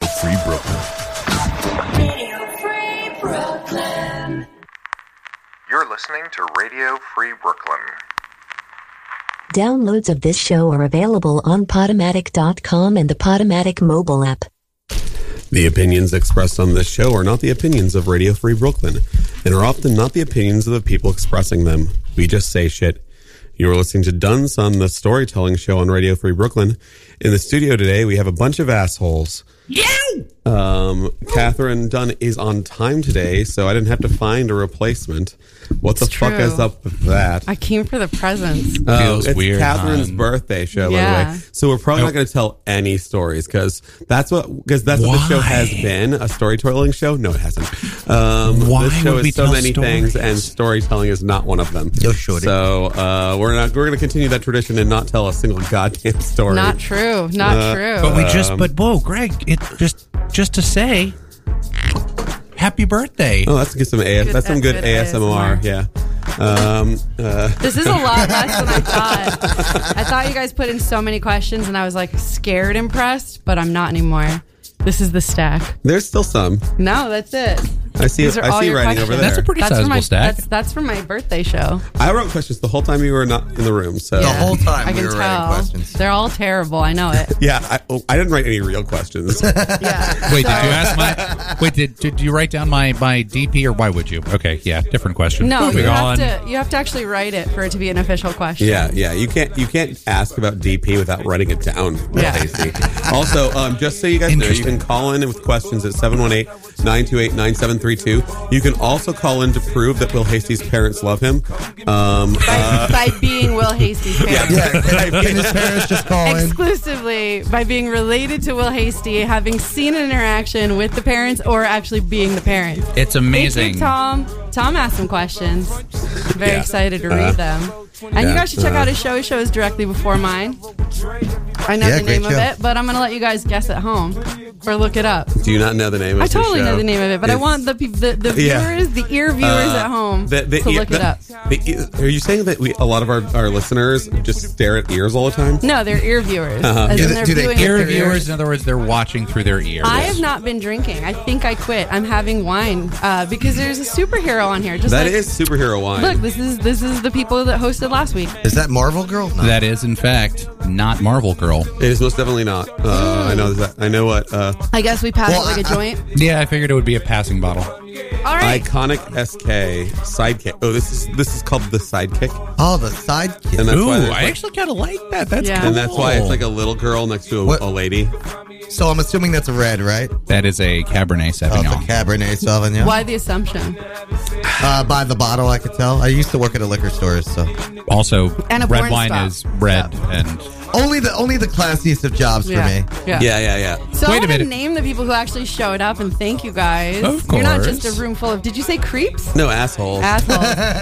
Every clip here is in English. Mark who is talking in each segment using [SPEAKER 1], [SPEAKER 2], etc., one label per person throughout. [SPEAKER 1] Free Brooklyn.
[SPEAKER 2] Radio Free Brooklyn.
[SPEAKER 3] You're listening to Radio Free Brooklyn.
[SPEAKER 4] Downloads of this show are available on Podomatic.com and the Podomatic mobile app.
[SPEAKER 5] The opinions expressed on this show are not the opinions of Radio Free Brooklyn and are often not the opinions of the people expressing them. We just say shit. You are listening to Dunsun, the storytelling show on Radio Free Brooklyn. In the studio today, we have a bunch of assholes. Um, Catherine Dunn is on time today, so I didn't have to find a replacement. What the
[SPEAKER 6] It's
[SPEAKER 5] fuck is
[SPEAKER 6] true.
[SPEAKER 5] up with that?
[SPEAKER 6] I came for the presents.
[SPEAKER 7] Feels
[SPEAKER 5] Um, it's
[SPEAKER 7] weird,
[SPEAKER 5] Catherine's
[SPEAKER 7] hon. Oh.
[SPEAKER 5] birthday show, by the
[SPEAKER 6] Yeah.
[SPEAKER 5] way. So we're probably not going to tell any stories because that's what because that's what the show
[SPEAKER 7] Why?
[SPEAKER 5] has been a storytelling show. No, it hasn't. Um,
[SPEAKER 7] Why
[SPEAKER 5] this show
[SPEAKER 7] would
[SPEAKER 5] is
[SPEAKER 7] we
[SPEAKER 5] so
[SPEAKER 7] tell
[SPEAKER 5] many things,
[SPEAKER 7] stories?
[SPEAKER 5] and storytelling is not one of them.
[SPEAKER 7] No, shorty.
[SPEAKER 5] So uh, we're not we're going to continue that tradition and not tell a single goddamn story.
[SPEAKER 6] Not true. Not
[SPEAKER 5] Uh,
[SPEAKER 6] true.
[SPEAKER 7] But we just, but whoa, Greg, it just, just to say, happy birthday.
[SPEAKER 5] Oh, that's good. Some AS, that's some good,
[SPEAKER 6] good
[SPEAKER 5] ASMR.
[SPEAKER 6] ASMR.
[SPEAKER 5] Yeah. Um, uh,
[SPEAKER 6] this is a lot less than I thought. I thought you guys put in so many questions, and I was like scared impressed, but I'm not anymore. This is the stack.
[SPEAKER 5] there's still some.
[SPEAKER 6] No, that's it.
[SPEAKER 5] I see. I
[SPEAKER 6] These
[SPEAKER 5] see
[SPEAKER 6] are all
[SPEAKER 5] writing
[SPEAKER 6] your
[SPEAKER 5] over
[SPEAKER 6] questions.
[SPEAKER 5] there.
[SPEAKER 7] That's a pretty
[SPEAKER 6] for
[SPEAKER 7] sizable
[SPEAKER 6] my,
[SPEAKER 7] stack.
[SPEAKER 6] That's, that's for my birthday show.
[SPEAKER 5] I wrote questions the whole time you were not in the room. So
[SPEAKER 6] Yeah.
[SPEAKER 8] whole time
[SPEAKER 6] I
[SPEAKER 8] we
[SPEAKER 6] can
[SPEAKER 8] were writing
[SPEAKER 6] tell.
[SPEAKER 8] questions.
[SPEAKER 6] They're all terrible. I know it.
[SPEAKER 5] Yeah, I, oh, I didn't write any real questions.
[SPEAKER 6] Yeah.
[SPEAKER 7] Wait, did you ask my? Wait, did, did you write down my my DP or why would you? Okay, yeah, different question.
[SPEAKER 6] No,
[SPEAKER 7] Moving
[SPEAKER 6] you
[SPEAKER 7] on.
[SPEAKER 6] have to. You have to actually write it for it to be an official question.
[SPEAKER 5] yeah, yeah. You can't you can't ask about DP without writing it down.
[SPEAKER 6] Yeah.
[SPEAKER 5] Lacey. also, um, just so you guys know, you
[SPEAKER 7] Interesting.
[SPEAKER 5] can call in with questions at 718-928-9732. You can also call in to prove that Will Hastie's parents love him. Um,
[SPEAKER 6] By, by being Will Hastie's parents.
[SPEAKER 8] Can his parents just call in?
[SPEAKER 6] exclusively by being related to Will Hasty, having seen an interaction with the parents, or actually being the parent.
[SPEAKER 7] It's amazing.
[SPEAKER 6] Thank you, Tom. Tom asked some questions. Very
[SPEAKER 5] Yeah.
[SPEAKER 6] excited to read
[SPEAKER 5] Uh-huh.
[SPEAKER 6] them. And
[SPEAKER 5] Yeah.
[SPEAKER 6] you guys should check
[SPEAKER 5] Uh-huh.
[SPEAKER 6] out his show. His show is directly before mine. I know
[SPEAKER 8] Yeah,
[SPEAKER 6] the
[SPEAKER 8] great
[SPEAKER 6] name of
[SPEAKER 8] show.
[SPEAKER 6] it, but I'm going to let you guys guess at home or look it up.
[SPEAKER 5] do you not know the name of
[SPEAKER 6] I
[SPEAKER 5] the show?
[SPEAKER 6] totally know the name of it, but I
[SPEAKER 5] It's-
[SPEAKER 6] want the pe- the, the
[SPEAKER 5] Yeah. Uh,
[SPEAKER 6] viewers, the ear viewers at home,
[SPEAKER 5] The- the
[SPEAKER 6] to
[SPEAKER 5] ear-
[SPEAKER 6] look it
[SPEAKER 5] the-
[SPEAKER 6] up.
[SPEAKER 5] the ear- are you saying that we, a lot of our, our listeners just stare at ears all the time?
[SPEAKER 6] No, they're ear viewers.
[SPEAKER 5] Uh-huh.
[SPEAKER 6] as
[SPEAKER 8] Do
[SPEAKER 6] in
[SPEAKER 8] they-
[SPEAKER 6] they're
[SPEAKER 8] do they
[SPEAKER 6] viewing
[SPEAKER 8] ear
[SPEAKER 6] with
[SPEAKER 7] Ear
[SPEAKER 6] their ears.
[SPEAKER 7] viewers, in other words, they're watching through their ears.
[SPEAKER 6] I have not been drinking. I think I quit. I'm having wine uh, because there's a superhero on here. Just
[SPEAKER 5] That
[SPEAKER 6] like,
[SPEAKER 5] is superhero wine.
[SPEAKER 6] Look, this is this is the people that hosted last week.
[SPEAKER 8] Is that Marvel Girl? No.
[SPEAKER 7] That is, in fact, not Marvel Girl.
[SPEAKER 5] It is most definitely not. Uh, I know that. I know what uh,
[SPEAKER 6] I guess we passed
[SPEAKER 8] Well,
[SPEAKER 6] it like a
[SPEAKER 8] I- I-
[SPEAKER 6] joint.
[SPEAKER 7] Yeah, I figured it would be a passing bottle.
[SPEAKER 6] All right.
[SPEAKER 5] iconic SK sidekick. Oh, this is this is called the sidekick,
[SPEAKER 8] oh, the sidekick.
[SPEAKER 5] and that's
[SPEAKER 7] Ooh,
[SPEAKER 5] why there's
[SPEAKER 7] I
[SPEAKER 5] like-
[SPEAKER 7] actually kind of like that. That's
[SPEAKER 6] Yeah.
[SPEAKER 7] cool.
[SPEAKER 5] and that's why it's like a little girl next to a,
[SPEAKER 8] What-
[SPEAKER 5] a lady.
[SPEAKER 8] So I'm assuming that's a red, right?
[SPEAKER 7] that is a Cabernet
[SPEAKER 8] Oh, it's
[SPEAKER 7] Sauvignon.
[SPEAKER 8] a Cabernet Sauvignon.
[SPEAKER 6] Why the assumption?
[SPEAKER 8] Uh, by the bottle, I could tell. I used to work at a liquor store, so
[SPEAKER 7] also,
[SPEAKER 6] And a
[SPEAKER 7] red
[SPEAKER 6] porn
[SPEAKER 7] wine
[SPEAKER 6] stop.
[SPEAKER 7] is red and
[SPEAKER 8] only the only the classiest of jobs
[SPEAKER 6] Yeah.
[SPEAKER 8] for me.
[SPEAKER 6] yeah.
[SPEAKER 5] Yeah, yeah, yeah.
[SPEAKER 6] So
[SPEAKER 7] Wait
[SPEAKER 6] I
[SPEAKER 7] a
[SPEAKER 6] want to
[SPEAKER 7] minute.
[SPEAKER 6] name the people who actually showed up and thank you guys.
[SPEAKER 7] Of
[SPEAKER 6] You're not just
[SPEAKER 7] course.
[SPEAKER 6] a room full of. Did you say creeps?
[SPEAKER 5] No assholes.
[SPEAKER 6] Assholes.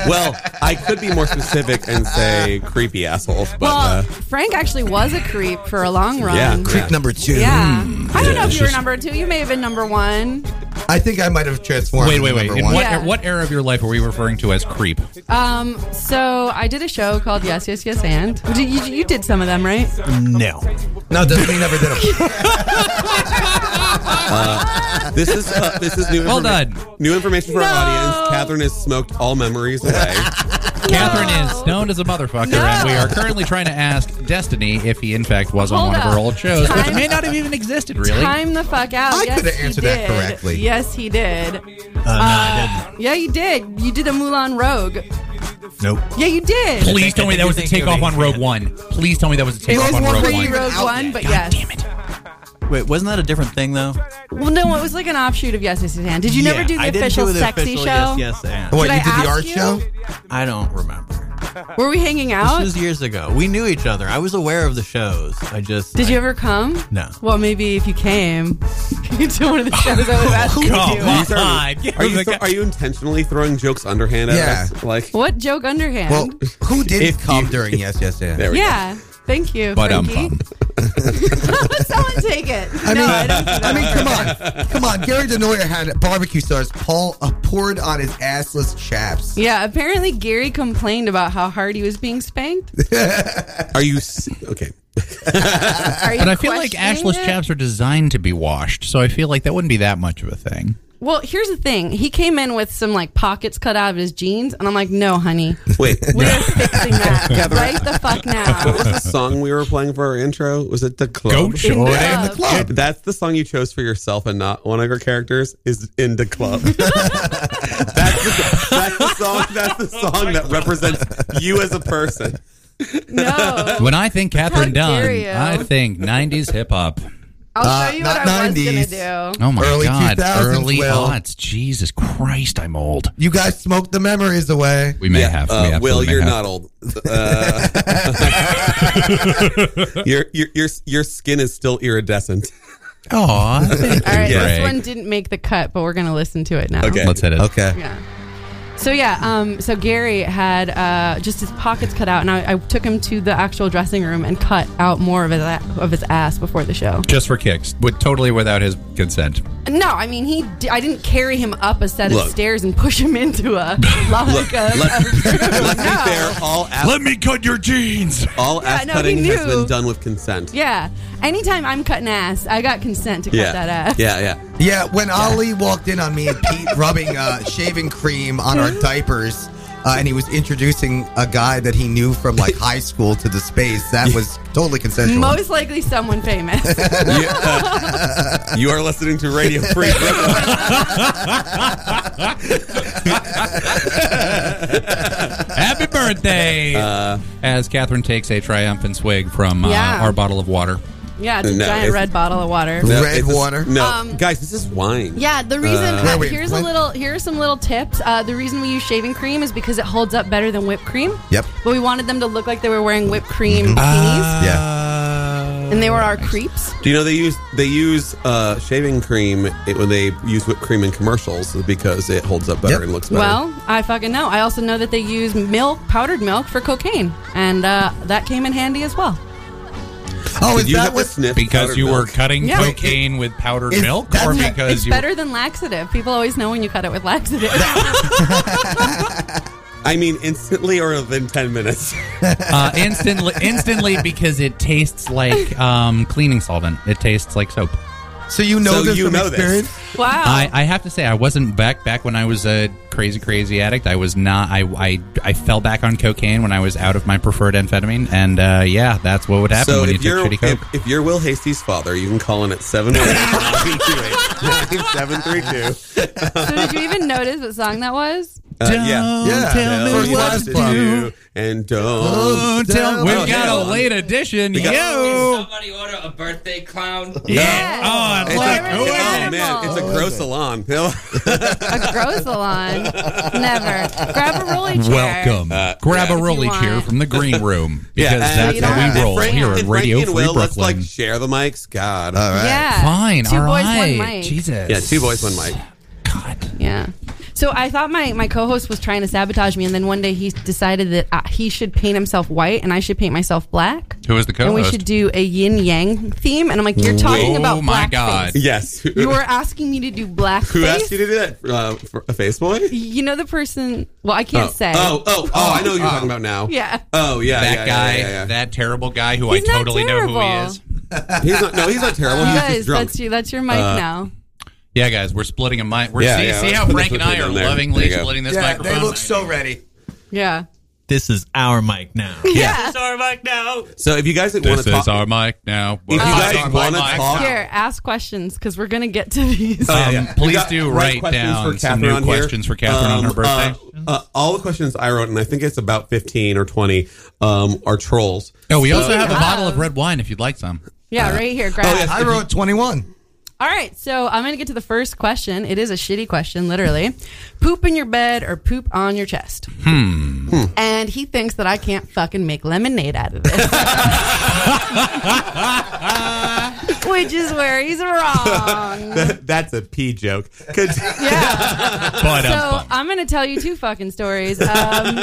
[SPEAKER 5] well, I could be more specific and say creepy assholes, but
[SPEAKER 6] well,
[SPEAKER 5] uh,
[SPEAKER 6] Frank actually was a creep for a long run.
[SPEAKER 5] yeah,
[SPEAKER 8] Creep
[SPEAKER 5] yeah.
[SPEAKER 8] number two.
[SPEAKER 6] Yeah. I don't know if
[SPEAKER 7] it's
[SPEAKER 6] you were
[SPEAKER 7] just-
[SPEAKER 6] number two. You may have been number one.
[SPEAKER 8] I think I might have transformed.
[SPEAKER 7] Wait,
[SPEAKER 8] into
[SPEAKER 7] wait, wait.
[SPEAKER 8] number
[SPEAKER 7] In
[SPEAKER 8] one.
[SPEAKER 7] what,
[SPEAKER 6] Yeah.
[SPEAKER 7] what era of your life are we referring to as creep?
[SPEAKER 6] Um, so I did a show called Yes, Yes, Yes, and you, you, you did some of them, right?
[SPEAKER 7] No.
[SPEAKER 8] No, it doesn't mean never did. them.
[SPEAKER 5] This is uh, this is new.
[SPEAKER 7] Well
[SPEAKER 5] informa-
[SPEAKER 7] done.
[SPEAKER 5] New information for
[SPEAKER 6] No.
[SPEAKER 5] our audience. Catherine has smoked all memories away.
[SPEAKER 7] Catherine is stoned as a motherfucker,
[SPEAKER 6] No.
[SPEAKER 7] and we are currently trying to ask Destiny if he, in fact, was on
[SPEAKER 6] Hold
[SPEAKER 7] one of her
[SPEAKER 6] up.
[SPEAKER 7] old shows,
[SPEAKER 6] Time-
[SPEAKER 7] which may not have even existed, really.
[SPEAKER 6] Time the fuck out.
[SPEAKER 8] I
[SPEAKER 6] yes,
[SPEAKER 8] could've
[SPEAKER 6] he
[SPEAKER 8] answered that
[SPEAKER 6] did.
[SPEAKER 8] correctly.
[SPEAKER 6] Yes, he did. Uh, yeah, you did. You did a Mulan Rogue.
[SPEAKER 7] Nope.
[SPEAKER 6] Yeah, you did.
[SPEAKER 7] Please tell me that was a takeoff on Rogue One. Please tell me that was a
[SPEAKER 6] There
[SPEAKER 7] takeoff
[SPEAKER 6] was
[SPEAKER 7] on
[SPEAKER 6] one
[SPEAKER 7] Rogue
[SPEAKER 6] for you,
[SPEAKER 7] One.
[SPEAKER 6] Rogue One, but yes.
[SPEAKER 7] Damn it.
[SPEAKER 9] Wait, wasn't that a different thing though?
[SPEAKER 6] Well, no, it was like an offshoot of Yes, Yes, Yes, and. Did you never do the
[SPEAKER 9] I didn't
[SPEAKER 6] official
[SPEAKER 9] do the
[SPEAKER 6] sexy
[SPEAKER 9] official
[SPEAKER 6] show?
[SPEAKER 9] Yes, yes, and.
[SPEAKER 6] Did
[SPEAKER 8] What
[SPEAKER 6] I
[SPEAKER 8] you did
[SPEAKER 6] ask
[SPEAKER 8] the art
[SPEAKER 6] you?
[SPEAKER 8] show?
[SPEAKER 9] I don't remember.
[SPEAKER 6] Were we hanging out?
[SPEAKER 9] This was years ago. We knew each other. I was aware of the shows. I just
[SPEAKER 6] did
[SPEAKER 9] I-
[SPEAKER 6] you ever come?
[SPEAKER 9] No.
[SPEAKER 6] Well, maybe if you came to one of the shows, I was asking you. to.
[SPEAKER 7] Come on.
[SPEAKER 5] Are you th- are you intentionally throwing jokes underhand at
[SPEAKER 8] Yeah.
[SPEAKER 5] us? Like
[SPEAKER 6] What joke underhand?
[SPEAKER 8] Well, who did
[SPEAKER 5] If
[SPEAKER 8] come
[SPEAKER 5] you-
[SPEAKER 8] during Yes, Yes, and?
[SPEAKER 5] there we go.
[SPEAKER 6] yeah. Thank you,
[SPEAKER 7] But um,
[SPEAKER 6] Frankie. Someone take it.
[SPEAKER 8] I mean,
[SPEAKER 6] no,
[SPEAKER 8] I,
[SPEAKER 6] I don't do that.
[SPEAKER 8] mean, come on, come on. Gary Denoyer had barbecue sauce Paul uh, poured on his assless chaps.
[SPEAKER 6] Yeah, apparently Gary complained about how hard he was being spanked.
[SPEAKER 5] Are you s- okay?
[SPEAKER 6] Are you
[SPEAKER 7] But I feel like
[SPEAKER 6] questioning
[SPEAKER 7] ashless
[SPEAKER 6] it?
[SPEAKER 7] chaps are designed to be washed, so I feel like that wouldn't be that much of a thing.
[SPEAKER 6] Well, here's the thing. He came in with some like pockets cut out of his jeans, and I'm like, no, honey,
[SPEAKER 5] Wait,
[SPEAKER 6] we're fixing that right the fuck
[SPEAKER 5] what was
[SPEAKER 6] now.
[SPEAKER 5] the song we were playing for our intro? Was it the club?
[SPEAKER 7] Go shorty.
[SPEAKER 6] In the
[SPEAKER 5] Yeah, That's the song you chose for yourself and not one of your characters is in the club. that's, the, that's the song. That's the song that represents you as a person.
[SPEAKER 6] No,
[SPEAKER 7] When I think Catherine
[SPEAKER 6] How
[SPEAKER 7] Dunn,
[SPEAKER 6] dare you.
[SPEAKER 7] I think '90s hip hop.
[SPEAKER 6] I'll show you
[SPEAKER 8] Uh,
[SPEAKER 6] what
[SPEAKER 8] not
[SPEAKER 6] I was
[SPEAKER 8] 90s.
[SPEAKER 6] gonna do.
[SPEAKER 7] Oh my
[SPEAKER 8] Early
[SPEAKER 7] god,
[SPEAKER 8] 2000s,
[SPEAKER 7] early
[SPEAKER 8] Will.
[SPEAKER 7] aughts. Jesus Christ, I'm old.
[SPEAKER 8] You guys smoked the memories away.
[SPEAKER 7] We may have.
[SPEAKER 5] uh,
[SPEAKER 7] we have
[SPEAKER 5] Will,
[SPEAKER 7] we may
[SPEAKER 5] you're
[SPEAKER 7] have.
[SPEAKER 5] not old. Uh, your, your your your skin is still iridescent.
[SPEAKER 7] Aw, thank
[SPEAKER 6] All right,
[SPEAKER 7] you,
[SPEAKER 6] this
[SPEAKER 7] Greg.
[SPEAKER 6] one didn't make the cut, but we're gonna listen to it now.
[SPEAKER 5] Okay.
[SPEAKER 7] Let's hit it.
[SPEAKER 8] Okay.
[SPEAKER 6] Yeah. So yeah, um, so Gary had uh, just his pockets cut out, and I, I took him to the actual dressing room and cut out more of his a- of his ass before the show.
[SPEAKER 7] Just for kicks, with totally without his consent.
[SPEAKER 6] No, I mean he. Di- I didn't carry him up a set
[SPEAKER 5] Look.
[SPEAKER 6] of stairs and push him into a like a.
[SPEAKER 5] let's,
[SPEAKER 6] a-
[SPEAKER 5] let's
[SPEAKER 6] No.
[SPEAKER 5] be fair. All ass,
[SPEAKER 7] Let me cut your jeans.
[SPEAKER 5] all ass
[SPEAKER 6] no, he
[SPEAKER 5] cutting has
[SPEAKER 6] knew.
[SPEAKER 5] been done with consent.
[SPEAKER 6] yeah. Anytime I'm cutting ass, I got consent to cut
[SPEAKER 5] yeah,
[SPEAKER 6] that ass.
[SPEAKER 5] yeah, yeah.
[SPEAKER 8] Yeah, when Ali walked in on me and Pete rubbing uh, shaving cream on our diapers, uh, and he was introducing a guy that he knew from like high school to the space, that was totally consensual.
[SPEAKER 6] Most likely someone famous.
[SPEAKER 5] You, uh, you are listening to Radio Free Brooklyn.
[SPEAKER 7] Happy birthday! As Catherine takes a triumphant swig from uh,
[SPEAKER 6] Yeah.
[SPEAKER 7] our bottle of water.
[SPEAKER 6] yeah, it's a
[SPEAKER 5] No,
[SPEAKER 6] giant
[SPEAKER 5] it's-
[SPEAKER 6] red bottle of water.
[SPEAKER 8] No. Red
[SPEAKER 5] it's a s-
[SPEAKER 8] water.
[SPEAKER 5] no,
[SPEAKER 6] Um,
[SPEAKER 5] guys, this is wine.
[SPEAKER 6] Yeah, the reason uh,
[SPEAKER 8] Wait, wait,
[SPEAKER 6] here's
[SPEAKER 8] what?
[SPEAKER 6] a little here's some little tips. Uh, the reason we use shaving cream is because it holds up better than whipped cream.
[SPEAKER 8] Yep.
[SPEAKER 6] But we wanted them to look like they were wearing whipped cream
[SPEAKER 7] Mm-hmm. Ah. Uh,
[SPEAKER 6] bikinis,
[SPEAKER 7] Yeah.
[SPEAKER 6] and they were our creeps.
[SPEAKER 5] Do you know they use they use uh, shaving cream it, when they use whipped cream in commercials because it holds up better
[SPEAKER 8] Yep.
[SPEAKER 5] and looks better.
[SPEAKER 6] Well, I fucking know. I also know that they use milk, powdered milk, for cocaine, and uh, that came in handy as well.
[SPEAKER 8] oh,
[SPEAKER 5] Did
[SPEAKER 8] is
[SPEAKER 5] you
[SPEAKER 8] that
[SPEAKER 5] have a
[SPEAKER 8] what?
[SPEAKER 5] sniff
[SPEAKER 7] Because
[SPEAKER 5] powdered
[SPEAKER 7] you were
[SPEAKER 5] milk?
[SPEAKER 7] cutting
[SPEAKER 6] Yeah.
[SPEAKER 7] cocaine with powdered
[SPEAKER 8] Is-
[SPEAKER 7] milk,
[SPEAKER 8] that's
[SPEAKER 7] or
[SPEAKER 8] not-
[SPEAKER 7] because
[SPEAKER 6] It's
[SPEAKER 7] you
[SPEAKER 6] better than laxative. People always know when you cut it with laxative.
[SPEAKER 5] I mean, instantly or within ten minutes.
[SPEAKER 7] uh, instantly, instantly because it tastes like um, cleaning solvent. It tastes like soap.
[SPEAKER 8] So you know
[SPEAKER 5] So
[SPEAKER 8] this
[SPEAKER 5] you
[SPEAKER 8] from
[SPEAKER 5] know this.
[SPEAKER 8] experience?
[SPEAKER 6] wow.
[SPEAKER 7] I, I have to say, I wasn't back back when I was a crazy crazy addict. I was not. I I, I fell back on cocaine when I was out of my preferred amphetamine, and uh, yeah, that's what would happen
[SPEAKER 5] so
[SPEAKER 7] when you
[SPEAKER 5] if you're
[SPEAKER 7] took shitty coke.
[SPEAKER 5] if, if you're Will Hasty's father, you can call in at seven one nine two eight nine seven three two.
[SPEAKER 6] so did you even notice what song that was?
[SPEAKER 5] uh, Yeah, yeah.
[SPEAKER 8] tell me
[SPEAKER 5] Don't you
[SPEAKER 8] what
[SPEAKER 5] have
[SPEAKER 8] to do.
[SPEAKER 5] and don't.
[SPEAKER 8] tell
[SPEAKER 7] We've
[SPEAKER 5] Oh,
[SPEAKER 7] got
[SPEAKER 5] yeah.
[SPEAKER 7] a late edition.
[SPEAKER 5] got-
[SPEAKER 7] Yo.
[SPEAKER 1] Somebody order a birthday clown.
[SPEAKER 7] Yeah. Oh,
[SPEAKER 5] It's a-
[SPEAKER 7] it's like,
[SPEAKER 6] Whatever
[SPEAKER 7] who is
[SPEAKER 6] the
[SPEAKER 7] it?
[SPEAKER 5] oh man, it's a
[SPEAKER 6] animal.
[SPEAKER 5] gross salon.
[SPEAKER 6] A grow salon. Never. Grab a rolly chair.
[SPEAKER 7] Welcome. Grab
[SPEAKER 5] Uh, yeah.
[SPEAKER 7] a rolly
[SPEAKER 6] If you
[SPEAKER 7] chair
[SPEAKER 6] want.
[SPEAKER 7] from the green room because
[SPEAKER 5] and-
[SPEAKER 7] that's
[SPEAKER 6] You don't
[SPEAKER 7] how
[SPEAKER 6] have
[SPEAKER 7] we
[SPEAKER 6] to
[SPEAKER 7] roll
[SPEAKER 6] Frank-
[SPEAKER 7] here at Radio
[SPEAKER 5] and Frankie and
[SPEAKER 7] Free
[SPEAKER 5] Will,
[SPEAKER 7] Brooklyn.
[SPEAKER 5] Let's like share the mics. God.
[SPEAKER 8] All right.
[SPEAKER 6] Yeah.
[SPEAKER 7] Fine.
[SPEAKER 6] Two
[SPEAKER 7] all
[SPEAKER 6] boys,
[SPEAKER 7] right.
[SPEAKER 6] one mic.
[SPEAKER 7] Jesus.
[SPEAKER 5] Yeah, two boys, one mic.
[SPEAKER 7] God.
[SPEAKER 6] Yeah. So I thought my, my co-host was trying to sabotage me, and then one day he decided that uh, he should paint himself white and I should paint myself black.
[SPEAKER 7] Who is the
[SPEAKER 6] And we
[SPEAKER 7] co-host?
[SPEAKER 6] should do a yin yang theme. And I'm like, you're talking
[SPEAKER 7] Whoa.
[SPEAKER 6] about
[SPEAKER 7] Oh my
[SPEAKER 6] blackface.
[SPEAKER 7] God.
[SPEAKER 5] Yes.
[SPEAKER 6] You were asking me to do blackface.
[SPEAKER 5] Who asked you to do that? Uh, for a face boy?
[SPEAKER 6] You know the person? Well, I can't
[SPEAKER 5] oh.
[SPEAKER 6] say.
[SPEAKER 5] Oh, oh, oh, I know who you're talking about now.
[SPEAKER 6] Yeah.
[SPEAKER 5] Oh, yeah.
[SPEAKER 7] That
[SPEAKER 5] yeah,
[SPEAKER 7] guy,
[SPEAKER 5] Yeah, yeah, yeah.
[SPEAKER 7] that terrible guy who
[SPEAKER 6] He's
[SPEAKER 7] I
[SPEAKER 6] not
[SPEAKER 7] totally know who he
[SPEAKER 6] terrible.
[SPEAKER 7] is.
[SPEAKER 5] He's not. No, he's not terrible.
[SPEAKER 6] You
[SPEAKER 5] He's
[SPEAKER 6] guys,
[SPEAKER 5] just drunk.
[SPEAKER 6] that's you. That's your mic now.
[SPEAKER 7] Yeah, guys, we're splitting a mic. We're
[SPEAKER 5] Yeah,
[SPEAKER 7] see,
[SPEAKER 5] yeah,
[SPEAKER 7] see
[SPEAKER 5] let's
[SPEAKER 7] how
[SPEAKER 5] put
[SPEAKER 7] Frank
[SPEAKER 5] this
[SPEAKER 7] and I
[SPEAKER 5] one
[SPEAKER 7] are
[SPEAKER 5] down there. There
[SPEAKER 7] lovingly
[SPEAKER 5] you go.
[SPEAKER 7] splitting this
[SPEAKER 8] Yeah,
[SPEAKER 7] microphone.
[SPEAKER 8] they look so ready.
[SPEAKER 6] Yeah.
[SPEAKER 9] This is our mic now.
[SPEAKER 6] Yeah.
[SPEAKER 5] So if you guys want
[SPEAKER 7] This
[SPEAKER 5] to talk, um,
[SPEAKER 7] is our mic now.
[SPEAKER 5] if you guys
[SPEAKER 7] Fucking
[SPEAKER 5] want to
[SPEAKER 7] mic.
[SPEAKER 5] talk,
[SPEAKER 6] Here, ask questions because we're gonna get to these.
[SPEAKER 5] Yeah,
[SPEAKER 7] Um,
[SPEAKER 5] yeah. We
[SPEAKER 7] Please
[SPEAKER 5] got-
[SPEAKER 7] do
[SPEAKER 5] we got
[SPEAKER 7] write
[SPEAKER 5] questions
[SPEAKER 7] down
[SPEAKER 5] for
[SPEAKER 7] some
[SPEAKER 5] Catherine
[SPEAKER 7] new
[SPEAKER 5] on here.
[SPEAKER 7] questions for Catherine on her
[SPEAKER 5] Um, uh,
[SPEAKER 7] birthday.
[SPEAKER 5] uh, all the questions I wrote, and I think it's about fifteen or twenty, um, are trolls.
[SPEAKER 7] oh, we also
[SPEAKER 6] Speaking
[SPEAKER 7] have a
[SPEAKER 6] of-
[SPEAKER 7] bottle of red wine if you'd like some.
[SPEAKER 6] yeah, right here. Grab. it.
[SPEAKER 8] I wrote 21.
[SPEAKER 6] All right, so I'm going to get to the first question. It is a shitty question, literally. Poop in your bed or poop on your chest? Hmm. And he thinks that I can't fucking make lemonade out of this. which is where he's wrong.
[SPEAKER 5] That's a pee joke. uh, Could-
[SPEAKER 6] Yeah.
[SPEAKER 7] But um,
[SPEAKER 6] So I'm going to tell you two fucking stories. Um,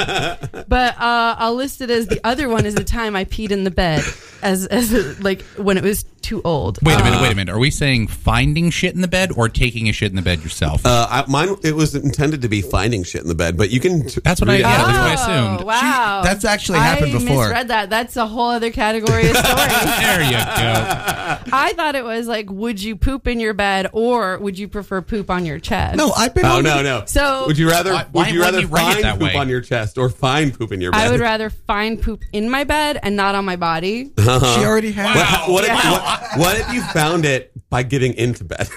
[SPEAKER 6] but uh, I'll list it as the other one is the time I peed in the bed as, as like when it was too old.
[SPEAKER 7] wait a minute, wait a minute. Are we saying finding shit in the bed or taking a shit in the bed yourself?
[SPEAKER 5] Uh, I, mine, it was intended to be finding shit in the bed, but you can. T-
[SPEAKER 7] That's what I-
[SPEAKER 5] read it.
[SPEAKER 7] yeah, that's what I
[SPEAKER 6] Oh,
[SPEAKER 7] assumed.
[SPEAKER 6] Wow.
[SPEAKER 8] That's actually happened
[SPEAKER 6] I
[SPEAKER 8] before.
[SPEAKER 6] misread that. That's a whole other category of story.
[SPEAKER 7] there you go.
[SPEAKER 6] I thought it was like, would you poop in your bed or would you prefer poop on your chest?
[SPEAKER 8] No, I've been.
[SPEAKER 5] Oh
[SPEAKER 8] on
[SPEAKER 5] no
[SPEAKER 8] the-
[SPEAKER 5] no!
[SPEAKER 6] So-
[SPEAKER 5] would you rather
[SPEAKER 7] Why- why
[SPEAKER 5] would you
[SPEAKER 7] wouldn't you
[SPEAKER 5] rather
[SPEAKER 7] write it
[SPEAKER 5] find
[SPEAKER 7] that
[SPEAKER 5] poop
[SPEAKER 7] way?
[SPEAKER 5] on your chest or find poop in your bed?
[SPEAKER 6] I would rather find poop in my bed and not on my body.
[SPEAKER 8] She already had.
[SPEAKER 5] What, what, if, what, what if you found it by getting into bed?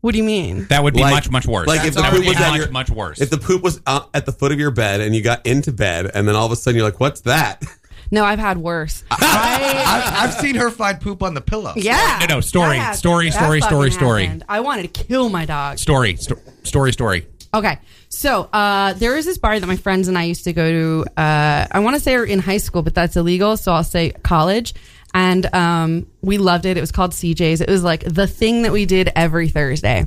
[SPEAKER 6] What do you mean?
[SPEAKER 7] That would be
[SPEAKER 5] Like-
[SPEAKER 7] much, much worse.
[SPEAKER 5] Like if the
[SPEAKER 7] that
[SPEAKER 5] poop
[SPEAKER 7] would be
[SPEAKER 5] was at
[SPEAKER 7] much,
[SPEAKER 5] your-
[SPEAKER 7] much worse.
[SPEAKER 5] If the poop was uh, at the foot of your bed and you got into bed, and then all of a sudden you're like, "What's that?"
[SPEAKER 6] No, I've had worse. I,
[SPEAKER 8] I've, I've seen her find poop on the pillow.
[SPEAKER 6] yeah.
[SPEAKER 7] No, no, story,
[SPEAKER 6] That happened.
[SPEAKER 7] story,
[SPEAKER 6] That
[SPEAKER 7] story, story,
[SPEAKER 6] fucking
[SPEAKER 7] story.
[SPEAKER 6] happened. I wanted to kill my dog.
[SPEAKER 7] story, sto- story, story.
[SPEAKER 6] Okay. So uh, there was this bar that my friends and I used to go to. Uh, I want to say we were in high school, but that's illegal. So I'll say college. And um, we loved it. It was called CJ's. It was like the thing that we did every Thursday.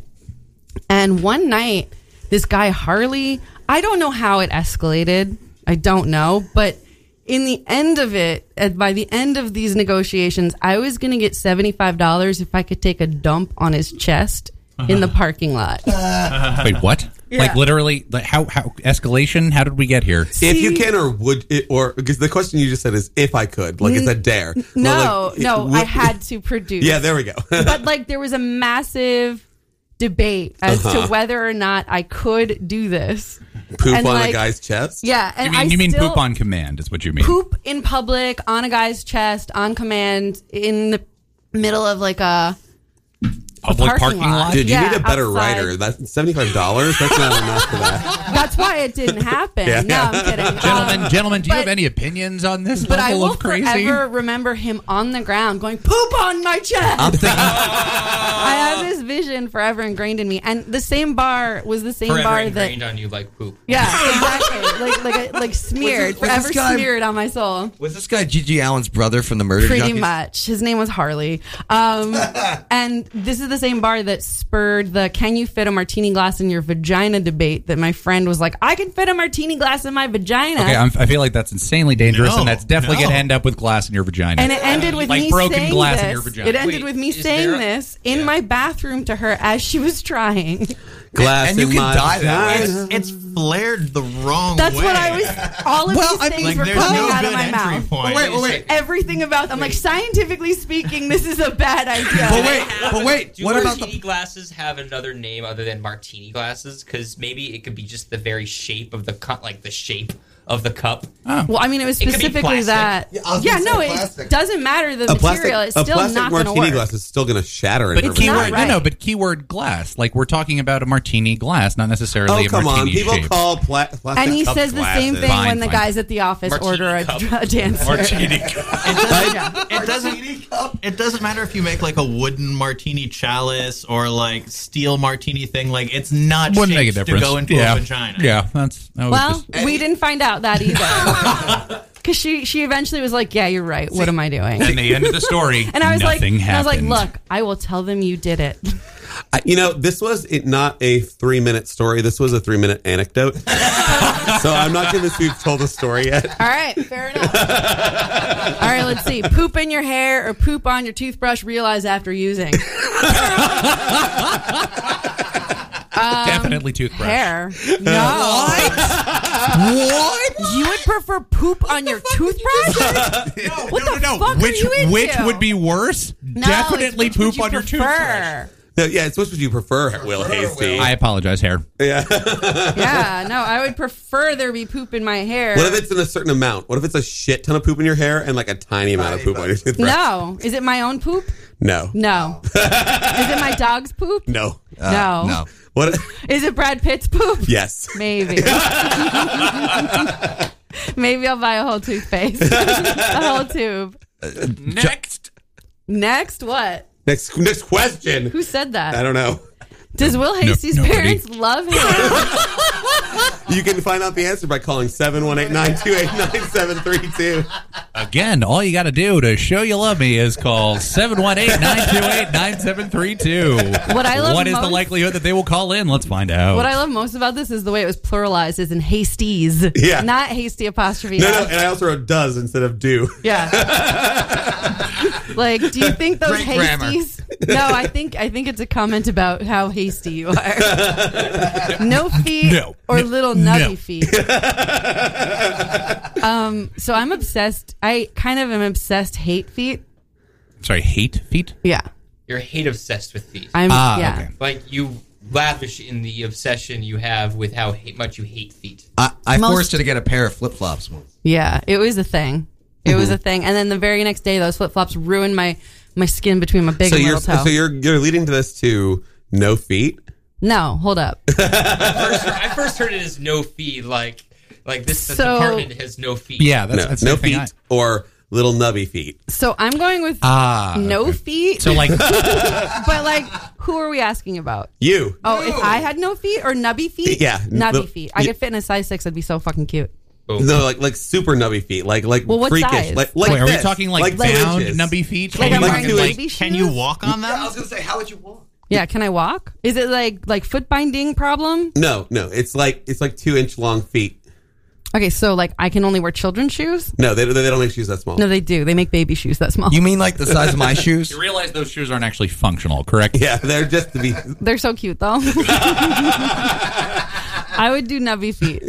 [SPEAKER 6] And one night, this guy Harley, I don't know how it escalated. I don't know, but in the end of it, at- by the end of these negotiations, I was going to get $75 if I could take a dump on his chest in the parking lot.
[SPEAKER 7] Wait, what? Like literally, like how how escalation? How did we get here?
[SPEAKER 5] If you
[SPEAKER 6] See-
[SPEAKER 5] can or would it, or because the question you just said is if I could, like it's a dare.
[SPEAKER 6] No,
[SPEAKER 5] Well, like, it
[SPEAKER 6] Mm, no,
[SPEAKER 5] would-
[SPEAKER 6] I had to produce.
[SPEAKER 5] Yeah, there we go.
[SPEAKER 6] but like there was a massive debate as to
[SPEAKER 5] Uh-huh.
[SPEAKER 6] whether or not I could do this.
[SPEAKER 5] poop on
[SPEAKER 6] And,
[SPEAKER 5] a
[SPEAKER 6] like-
[SPEAKER 5] guy's chest.
[SPEAKER 6] Yeah, and
[SPEAKER 7] You mean
[SPEAKER 6] I
[SPEAKER 7] you mean
[SPEAKER 6] still
[SPEAKER 7] poop on command? Is what you mean?
[SPEAKER 6] poop in public on a guy's chest on command in the middle of like a
[SPEAKER 7] Public
[SPEAKER 6] parking
[SPEAKER 7] parking,
[SPEAKER 6] lot.
[SPEAKER 7] lot.
[SPEAKER 5] Dude, you
[SPEAKER 6] Yeah,
[SPEAKER 5] need a better
[SPEAKER 6] outside.
[SPEAKER 5] writer. That's seventy five dollars. That's not enough for that.
[SPEAKER 6] that's why it didn't happen.
[SPEAKER 5] Yeah.
[SPEAKER 6] No, I'm kidding.
[SPEAKER 7] Gentlemen,
[SPEAKER 6] Um,
[SPEAKER 7] gentlemen, do you
[SPEAKER 6] but-
[SPEAKER 7] have any opinions on this
[SPEAKER 6] But I
[SPEAKER 7] level
[SPEAKER 6] will
[SPEAKER 7] of crazy?
[SPEAKER 6] forever remember him on the ground going poop on my chest.
[SPEAKER 5] I'm thinking
[SPEAKER 6] I have this vision forever ingrained in me. And the same bar was the same
[SPEAKER 1] Forever
[SPEAKER 6] bar that
[SPEAKER 1] ingrained on you like poop.
[SPEAKER 6] Yeah, exactly. like like like smeared,
[SPEAKER 8] Was this- was
[SPEAKER 6] forever
[SPEAKER 8] this guy-
[SPEAKER 6] smeared on my soul.
[SPEAKER 8] Was this guy Gigi Allen's brother from the murder?
[SPEAKER 6] Pretty
[SPEAKER 8] Junkies?
[SPEAKER 6] much. His name was Harley. Um, and this is the same bar that spurred the can you fit a martini glass in your vagina debate that my friend was like, I can fit a martini glass in my vagina.
[SPEAKER 7] Okay, I'm, I feel like that's insanely dangerous,
[SPEAKER 9] No,
[SPEAKER 7] and that's definitely
[SPEAKER 9] no.
[SPEAKER 7] going to end up with glass in your vagina.
[SPEAKER 6] and it ended with
[SPEAKER 7] like
[SPEAKER 6] me
[SPEAKER 7] broken
[SPEAKER 6] saying
[SPEAKER 7] glass
[SPEAKER 6] this.
[SPEAKER 7] in your vagina.
[SPEAKER 6] It ended
[SPEAKER 1] Wait,
[SPEAKER 6] with me
[SPEAKER 1] is
[SPEAKER 6] saying
[SPEAKER 1] there a-
[SPEAKER 6] this in
[SPEAKER 1] Yeah.
[SPEAKER 6] my bathroom to her as she was trying.
[SPEAKER 5] glass
[SPEAKER 8] And you
[SPEAKER 5] in
[SPEAKER 8] can
[SPEAKER 5] my
[SPEAKER 8] die that way.
[SPEAKER 5] vagina.
[SPEAKER 9] It's, it's flared the wrong
[SPEAKER 6] That's
[SPEAKER 9] way.
[SPEAKER 6] what I was. All of
[SPEAKER 8] Well,
[SPEAKER 6] these
[SPEAKER 8] I-
[SPEAKER 6] things
[SPEAKER 9] Like,
[SPEAKER 6] were
[SPEAKER 9] there's
[SPEAKER 6] coming
[SPEAKER 9] no
[SPEAKER 6] out of
[SPEAKER 9] good
[SPEAKER 6] my
[SPEAKER 9] entry
[SPEAKER 6] mouth.
[SPEAKER 9] point.
[SPEAKER 8] Oh, Wait, wait, wait.
[SPEAKER 6] Everything about. I'm like scientifically speaking, this is a bad idea.
[SPEAKER 8] But wait, but wait.
[SPEAKER 1] Do
[SPEAKER 8] What about
[SPEAKER 1] martini
[SPEAKER 8] the?
[SPEAKER 1] glasses have another name other than martini glasses? Because maybe it could be just the very shape of the cup, like the shape of the cup.
[SPEAKER 7] Uh,
[SPEAKER 6] Well, I mean, it was
[SPEAKER 1] It could be
[SPEAKER 6] specifically
[SPEAKER 1] plastic.
[SPEAKER 6] that.
[SPEAKER 8] Yeah, I was
[SPEAKER 6] Yeah,
[SPEAKER 8] gonna say
[SPEAKER 6] no, it
[SPEAKER 8] plastic.
[SPEAKER 6] doesn't matter the
[SPEAKER 5] A plastic,
[SPEAKER 6] material. it's
[SPEAKER 5] a
[SPEAKER 6] still
[SPEAKER 5] plastic
[SPEAKER 6] not going to
[SPEAKER 5] martini
[SPEAKER 6] work.
[SPEAKER 5] glass is still going to shatter in
[SPEAKER 7] but
[SPEAKER 5] her
[SPEAKER 6] not
[SPEAKER 7] keyword,
[SPEAKER 5] vagina.
[SPEAKER 6] right.
[SPEAKER 7] no, no, but keyword glass. Like we're talking about a martini glass, not necessarily
[SPEAKER 5] Oh
[SPEAKER 7] a
[SPEAKER 5] come on!
[SPEAKER 7] martini
[SPEAKER 5] People
[SPEAKER 7] shape.
[SPEAKER 5] call pla- plastic
[SPEAKER 6] And he
[SPEAKER 5] cups
[SPEAKER 6] says the same
[SPEAKER 5] glasses.
[SPEAKER 6] thing
[SPEAKER 7] Fine,
[SPEAKER 6] when the
[SPEAKER 7] fine.
[SPEAKER 6] guys at the office
[SPEAKER 1] Martini
[SPEAKER 6] order
[SPEAKER 1] cup.
[SPEAKER 6] a, a dancer.
[SPEAKER 5] Like,
[SPEAKER 9] It doesn't. It doesn't matter if you make like a wooden martini chalice or like steel martini thing. Like it's not
[SPEAKER 7] Wouldn't
[SPEAKER 9] shaped
[SPEAKER 7] make a difference.
[SPEAKER 9] to go into
[SPEAKER 7] yeah.
[SPEAKER 9] a vagina.
[SPEAKER 7] Yeah, that's that was
[SPEAKER 6] Well,
[SPEAKER 7] just-
[SPEAKER 6] we didn't find out that either. Because she, she eventually was like, yeah, you're right. What am I doing?
[SPEAKER 7] and the end of the story.
[SPEAKER 6] And I was like,
[SPEAKER 7] nothing
[SPEAKER 6] and I was like,
[SPEAKER 7] happened.
[SPEAKER 6] look, I will tell them you did it.
[SPEAKER 5] I- you know, this was it, not a three-minute story. This was a three-minute anecdote. so I'm not convinced we've told the story yet.
[SPEAKER 6] All right, fair enough. All right, let's see. Poop in your hair or poop on your toothbrush. Realize after using
[SPEAKER 7] definitely toothbrush.
[SPEAKER 6] Um, hair. No,
[SPEAKER 8] What?
[SPEAKER 6] you would prefer poop on your toothbrush.
[SPEAKER 7] No,
[SPEAKER 6] What the fuck are
[SPEAKER 7] Which
[SPEAKER 6] you into?
[SPEAKER 7] which would be worse?
[SPEAKER 6] No, it's
[SPEAKER 7] definitely
[SPEAKER 6] which would
[SPEAKER 7] poop
[SPEAKER 6] you
[SPEAKER 7] on your toothbrush.
[SPEAKER 6] prefer?
[SPEAKER 5] No, yeah, it's which would you prefer, Will Hasty?
[SPEAKER 7] I apologize, hair.
[SPEAKER 6] Yeah, no, I would prefer there be poop in my hair.
[SPEAKER 5] what if it's in a certain amount? What if it's a shit ton of poop in your hair and like a tiny amount of poop on your toothbrush?
[SPEAKER 6] no, is it my own poop?
[SPEAKER 5] No.
[SPEAKER 6] No. is it my dog's poop?
[SPEAKER 5] No.
[SPEAKER 7] Uh,
[SPEAKER 6] no.
[SPEAKER 8] No.
[SPEAKER 5] What?
[SPEAKER 6] Is it Brad Pitt's poop?
[SPEAKER 5] Yes.
[SPEAKER 6] Maybe. Maybe I'll buy a whole toothpaste, a whole tube.
[SPEAKER 7] Next.
[SPEAKER 6] Next, what?
[SPEAKER 5] Next next question.
[SPEAKER 6] Who said
[SPEAKER 5] I
[SPEAKER 6] that?
[SPEAKER 5] don't know.
[SPEAKER 6] Does Will Hastie's
[SPEAKER 7] nobody.
[SPEAKER 6] parents love him?
[SPEAKER 5] You can find out the answer by calling 718 928
[SPEAKER 7] Again, all you got to do to show you love me is call 718-928-9732.
[SPEAKER 6] What I love
[SPEAKER 7] What is the
[SPEAKER 6] most-
[SPEAKER 7] likelihood that they will call in? Let's find out.
[SPEAKER 6] what I love most about this is the way it was pluralized, is in hasties,
[SPEAKER 5] Yeah.
[SPEAKER 6] not hasty apostrophe.
[SPEAKER 5] No, no,
[SPEAKER 6] S.
[SPEAKER 5] and I also wrote does instead of do.
[SPEAKER 6] Yeah. like, do you think those
[SPEAKER 8] Great grammar.
[SPEAKER 6] hasties? No, I think I think it's a comment about how hasty you are. no feet
[SPEAKER 7] No.
[SPEAKER 6] or
[SPEAKER 7] No.
[SPEAKER 6] little nubby
[SPEAKER 7] No.
[SPEAKER 6] feet. um, so I'm obsessed. I kind of am obsessed hate feet.
[SPEAKER 7] Sorry, hate feet?
[SPEAKER 6] Yeah.
[SPEAKER 1] You're hate obsessed with feet.
[SPEAKER 6] I'm
[SPEAKER 7] Ah,
[SPEAKER 6] yeah.
[SPEAKER 7] okay.
[SPEAKER 1] like you lavish in the obsession you have with how hate, much you hate feet.
[SPEAKER 7] Uh,
[SPEAKER 8] I, I
[SPEAKER 6] Most-
[SPEAKER 8] forced her to get a pair of flip flops once.
[SPEAKER 6] Yeah, it was a thing. It
[SPEAKER 7] Mm-hmm.
[SPEAKER 6] was a thing. And then the very next day those flip-flops ruined my my skin between my big
[SPEAKER 5] So
[SPEAKER 6] and
[SPEAKER 5] you're
[SPEAKER 6] little toe.
[SPEAKER 5] so you're you're leading to this to no feet.
[SPEAKER 6] no, hold up.
[SPEAKER 1] First, I first heard it as no feet, like like this this
[SPEAKER 6] So-
[SPEAKER 1] apartment has no feet.
[SPEAKER 7] Yeah, that's,
[SPEAKER 5] No,
[SPEAKER 7] that's
[SPEAKER 5] no
[SPEAKER 7] the thing
[SPEAKER 5] feet
[SPEAKER 7] I-
[SPEAKER 5] or little nubby feet.
[SPEAKER 6] So I'm going with
[SPEAKER 7] Ah,
[SPEAKER 6] no feet.
[SPEAKER 7] so like
[SPEAKER 6] but like who are we asking about?
[SPEAKER 5] You.
[SPEAKER 6] Oh, if I had no feet or nubby feet?
[SPEAKER 5] Yeah,
[SPEAKER 6] Nubby
[SPEAKER 5] the-
[SPEAKER 6] feet. I could fit in a size six. That'd be so fucking cute.
[SPEAKER 5] No, like like super nubby feet. Like like
[SPEAKER 6] Well, what
[SPEAKER 5] freakish.
[SPEAKER 6] size?
[SPEAKER 5] Like like
[SPEAKER 7] Wait, are we
[SPEAKER 5] this.
[SPEAKER 7] talking like,
[SPEAKER 5] two
[SPEAKER 7] bound
[SPEAKER 5] inches.
[SPEAKER 7] nubby feet?
[SPEAKER 6] Like
[SPEAKER 7] Are
[SPEAKER 6] I'm
[SPEAKER 7] we
[SPEAKER 6] wearing
[SPEAKER 5] do
[SPEAKER 7] talking,
[SPEAKER 5] it.
[SPEAKER 6] nubby
[SPEAKER 5] like,
[SPEAKER 6] shoes.
[SPEAKER 9] Can you walk on them?
[SPEAKER 8] gonna say, how would you walk?
[SPEAKER 6] Yeah, can I walk? Is it like like foot binding problem?
[SPEAKER 5] No, no. It's like it's like two inch long feet.
[SPEAKER 6] Okay, so like I can only wear children's shoes?
[SPEAKER 5] No, they, they don't make shoes that small.
[SPEAKER 6] No, they do. They make baby shoes that small.
[SPEAKER 8] You mean like the size of my shoes?
[SPEAKER 7] you realize those shoes aren't actually functional, correct?
[SPEAKER 5] Yeah, they're just to be.
[SPEAKER 6] They're so cute though. I would do nubby feet.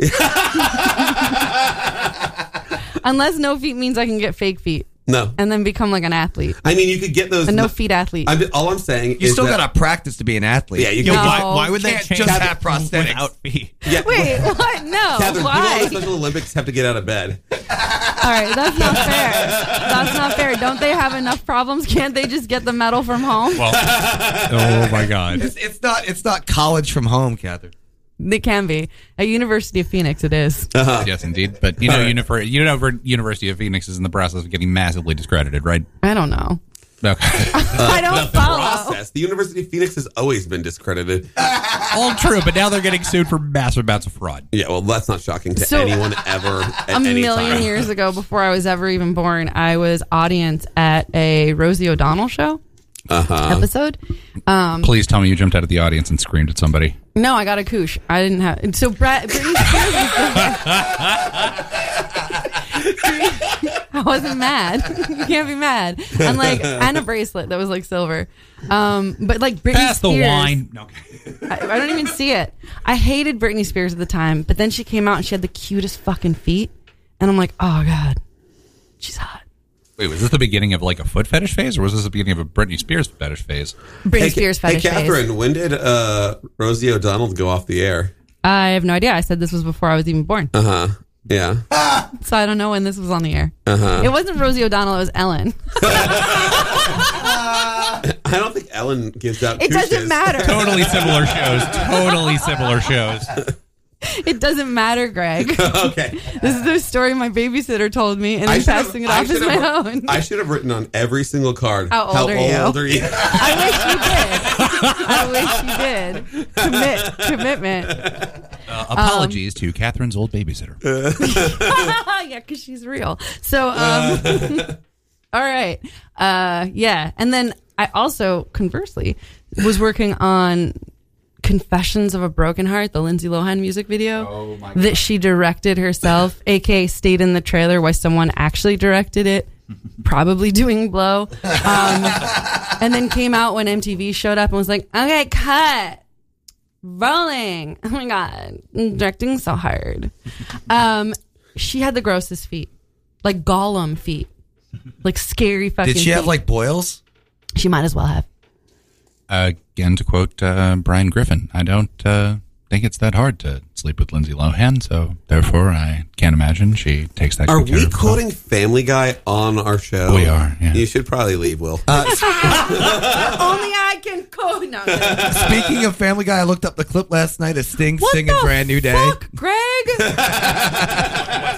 [SPEAKER 6] Unless no feet means I can get fake feet
[SPEAKER 5] No,
[SPEAKER 6] and then become like an athlete,
[SPEAKER 5] I mean you could get those.
[SPEAKER 6] a no feet athlete.
[SPEAKER 5] I'm, all I'm saying
[SPEAKER 8] You
[SPEAKER 5] is
[SPEAKER 8] still
[SPEAKER 5] that-
[SPEAKER 8] gotta practice to be an athlete.
[SPEAKER 5] Yeah, you
[SPEAKER 9] Yo,
[SPEAKER 5] can.
[SPEAKER 9] why,
[SPEAKER 6] No,
[SPEAKER 9] why would they
[SPEAKER 8] can't
[SPEAKER 9] change
[SPEAKER 8] just
[SPEAKER 9] that
[SPEAKER 8] have prosthetics.
[SPEAKER 9] without feet?
[SPEAKER 5] Yeah,
[SPEAKER 6] Wait, what? No.
[SPEAKER 5] Catherine, people at
[SPEAKER 6] Oh, why?
[SPEAKER 5] the Special Olympics have to get out of bed.
[SPEAKER 6] All right, that's not fair. That's not fair. Don't they have enough problems? Can't they just get the medal from home?
[SPEAKER 7] Oh my god.
[SPEAKER 8] It's, it's not. It's not college from home, Catherine.
[SPEAKER 6] they can be. At University of Phoenix, it is.
[SPEAKER 5] Uh,
[SPEAKER 7] yes, indeed. But you know, Univer- you know, Ver- University of Phoenix is in the process of getting massively discredited, right?
[SPEAKER 6] I don't know.
[SPEAKER 7] Okay.
[SPEAKER 5] uh,
[SPEAKER 6] I don't follow.
[SPEAKER 5] Process. The University of Phoenix has always been discredited.
[SPEAKER 7] All true, but now they're getting sued for massive amounts of fraud.
[SPEAKER 5] Yeah, well, that's not shocking to
[SPEAKER 6] So,
[SPEAKER 5] anyone ever at
[SPEAKER 6] A
[SPEAKER 5] any
[SPEAKER 6] million
[SPEAKER 5] time.
[SPEAKER 6] years ago, before I was ever even born, I was audience at a Rosie O'Donnell show
[SPEAKER 5] Uh-huh.
[SPEAKER 6] episode.
[SPEAKER 7] Um, Please tell me you jumped out of the audience and screamed at somebody.
[SPEAKER 6] No, I got a couche. I didn't have. So Brett, Britney Spears was there. I wasn't mad. you can't be mad. And like, and a bracelet that was like silver. Um, but like Britney
[SPEAKER 7] Pass the
[SPEAKER 6] Spears,
[SPEAKER 7] wine. Okay.
[SPEAKER 6] I, I don't even see it. I hated Britney Spears at the time, but then she came out and she had the cutest fucking feet, and I'm like, oh god, she's hot.
[SPEAKER 7] Wait, was this the beginning of like a foot fetish phase, or was this the beginning of a Britney Spears fetish phase?
[SPEAKER 6] Britney
[SPEAKER 5] Hey,
[SPEAKER 6] Spears
[SPEAKER 5] hey
[SPEAKER 6] fetish phase.
[SPEAKER 5] Catherine, when did uh, Rosie O'Donnell go off the air? Uh-huh.
[SPEAKER 6] I have no idea. I said this was before I was even born,
[SPEAKER 5] Yeah.
[SPEAKER 6] so I don't know when this was on the air.
[SPEAKER 5] Uh-huh.
[SPEAKER 6] It wasn't Rosie O'Donnell. It was Ellen.
[SPEAKER 5] I don't think Ellen gives out
[SPEAKER 6] It doesn't
[SPEAKER 5] couches.
[SPEAKER 6] matter.
[SPEAKER 7] Totally similar shows. Totally similar shows.
[SPEAKER 8] Um,
[SPEAKER 6] It doesn't matter, Greg. this
[SPEAKER 5] okay.
[SPEAKER 6] is the story my babysitter told me, and I'm
[SPEAKER 5] should have-
[SPEAKER 6] passing it
[SPEAKER 5] I
[SPEAKER 6] off as
[SPEAKER 5] should
[SPEAKER 6] my
[SPEAKER 5] have-
[SPEAKER 6] own.
[SPEAKER 5] I
[SPEAKER 6] I,
[SPEAKER 5] should have written on every single card.
[SPEAKER 6] How old are you?
[SPEAKER 5] old are you?
[SPEAKER 6] wish you did. I wish you did. Commit, commitment.
[SPEAKER 7] Uh, apologies to Catherine's old babysitter.
[SPEAKER 6] yeah, because she's real. So, um, all right, uh, yeah. And then I also, conversely, was working on "Confessions of a Broken Heart," the Lindsay Lohan music video
[SPEAKER 8] Oh
[SPEAKER 6] that she directed herself, aka stayed in the trailer while someone actually directed it. Probably doing blow, um, and then came out when MTV showed up and was like, "Okay, cut, rolling." Oh my god, I'm directing so hard. Um, she had the grossest feet, like Gollum feet, like scary fucking.
[SPEAKER 8] Did she have
[SPEAKER 6] feet.
[SPEAKER 8] like boils?
[SPEAKER 6] She might as well have.
[SPEAKER 7] Again, to quote uh, Brian Griffin, I don't uh, think it's that hard to sleep with Lindsay Lohan, so therefore I can't imagine she takes that.
[SPEAKER 5] Are
[SPEAKER 7] good care
[SPEAKER 5] we
[SPEAKER 7] of herself.
[SPEAKER 5] quoting Family Guy on our show?
[SPEAKER 7] We are, yeah.
[SPEAKER 5] You should probably leave, Will. Uh,
[SPEAKER 6] Only I can code. No,
[SPEAKER 8] Speaking of Family Guy, I looked up the clip last night of Sting singing "Brand New Day."
[SPEAKER 6] Fuck, Greg.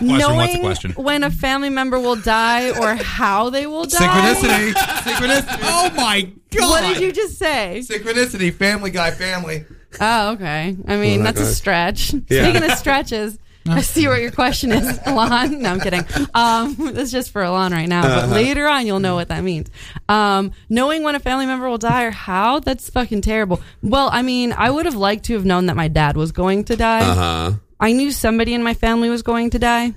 [SPEAKER 6] Knowing
[SPEAKER 7] What's the question?
[SPEAKER 6] when a family member will die or how they will die.
[SPEAKER 8] Synchronicity. Synchronicity.
[SPEAKER 7] Oh my
[SPEAKER 8] God.
[SPEAKER 6] What did you just say?
[SPEAKER 8] Synchronicity, Family Guy, family.
[SPEAKER 6] Oh, okay. I
[SPEAKER 5] Oh,
[SPEAKER 6] mean,
[SPEAKER 5] my
[SPEAKER 6] that's a
[SPEAKER 5] God.
[SPEAKER 6] stretch.
[SPEAKER 5] Yeah.
[SPEAKER 6] Speaking of stretches, I see what your question is, Alon. No, I'm kidding. Um, that's just for Alon right now, but later on you'll know what that means. Um, knowing when a family member will die or how, that's fucking terrible. Well, I mean, I would have liked to have known that my dad was going to die.
[SPEAKER 5] Uh,
[SPEAKER 6] I knew somebody in my family was going to die.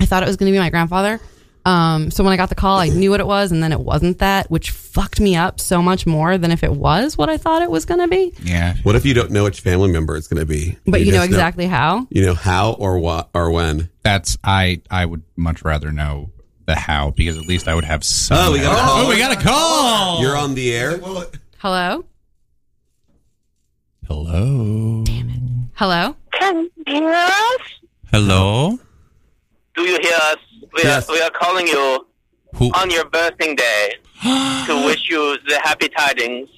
[SPEAKER 6] I thought it was going to be my grandfather. Um, so when I got the call, I knew what it was, and then it wasn't that, which fucked me up so much more than if it was what I thought it was going to be.
[SPEAKER 7] Yeah.
[SPEAKER 5] what if you don't know which family member it's going to be?
[SPEAKER 6] But you, know
[SPEAKER 5] just
[SPEAKER 6] exactly how.
[SPEAKER 5] you know how or what or when.
[SPEAKER 7] That's I. I would much rather know the how because at least I would have some.
[SPEAKER 5] Oh, we got a
[SPEAKER 7] Oh,
[SPEAKER 5] call.
[SPEAKER 7] we got a call.
[SPEAKER 5] Oh. You're on the air.
[SPEAKER 6] Hello?
[SPEAKER 7] Hello.
[SPEAKER 6] Hello?
[SPEAKER 10] Can you hear us?
[SPEAKER 7] Hello.
[SPEAKER 10] Do you hear us? We are,
[SPEAKER 5] Yes.
[SPEAKER 10] we are calling you
[SPEAKER 7] Who?
[SPEAKER 10] on your birthday day to wish you the happy tidings.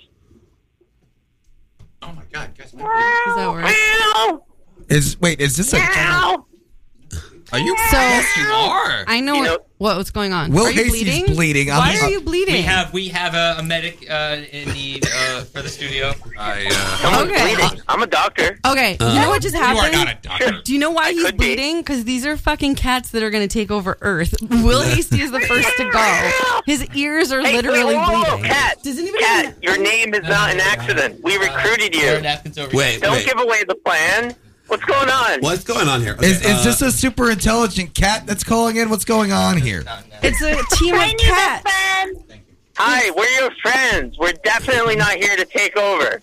[SPEAKER 6] Does that work?
[SPEAKER 8] Is wait, is this a
[SPEAKER 9] Are you?
[SPEAKER 6] So
[SPEAKER 1] You are.
[SPEAKER 6] I know,
[SPEAKER 10] You know-
[SPEAKER 6] what, what what's going on.
[SPEAKER 8] Will
[SPEAKER 6] are you
[SPEAKER 8] Casey's
[SPEAKER 6] bleeding?
[SPEAKER 8] bleeding. I'm-
[SPEAKER 6] Why are you bleeding?
[SPEAKER 1] We have we have a, a medic uh, in need uh, for the studio.
[SPEAKER 10] Someone's
[SPEAKER 6] Okay.
[SPEAKER 10] bleeding. I'm a doctor.
[SPEAKER 6] okay, you know what just
[SPEAKER 7] You are
[SPEAKER 6] happened?
[SPEAKER 7] not a doctor.
[SPEAKER 6] Do you know why he's
[SPEAKER 10] could be.
[SPEAKER 6] bleeding? Because these are fucking cats that are going to take over Earth. Will Hasty is the first to go. His ears are
[SPEAKER 10] Hey,
[SPEAKER 6] literally
[SPEAKER 10] wait, whoa, whoa,
[SPEAKER 6] bleeding.
[SPEAKER 10] Cat,
[SPEAKER 6] Does anybody
[SPEAKER 10] Cat, your name is not an accident. We recruited
[SPEAKER 1] There are
[SPEAKER 10] you.
[SPEAKER 1] napkins Uh, over
[SPEAKER 5] Wait,
[SPEAKER 1] here.
[SPEAKER 10] Don't
[SPEAKER 5] wait.
[SPEAKER 10] give away the plan. What's going on?
[SPEAKER 5] What's going on here? Okay,
[SPEAKER 8] is, is
[SPEAKER 5] uh,
[SPEAKER 8] this a super intelligent cat that's calling in? What's going on here?
[SPEAKER 6] It's a team of cats.
[SPEAKER 10] Hi, we're your friends. We're definitely not here to take over.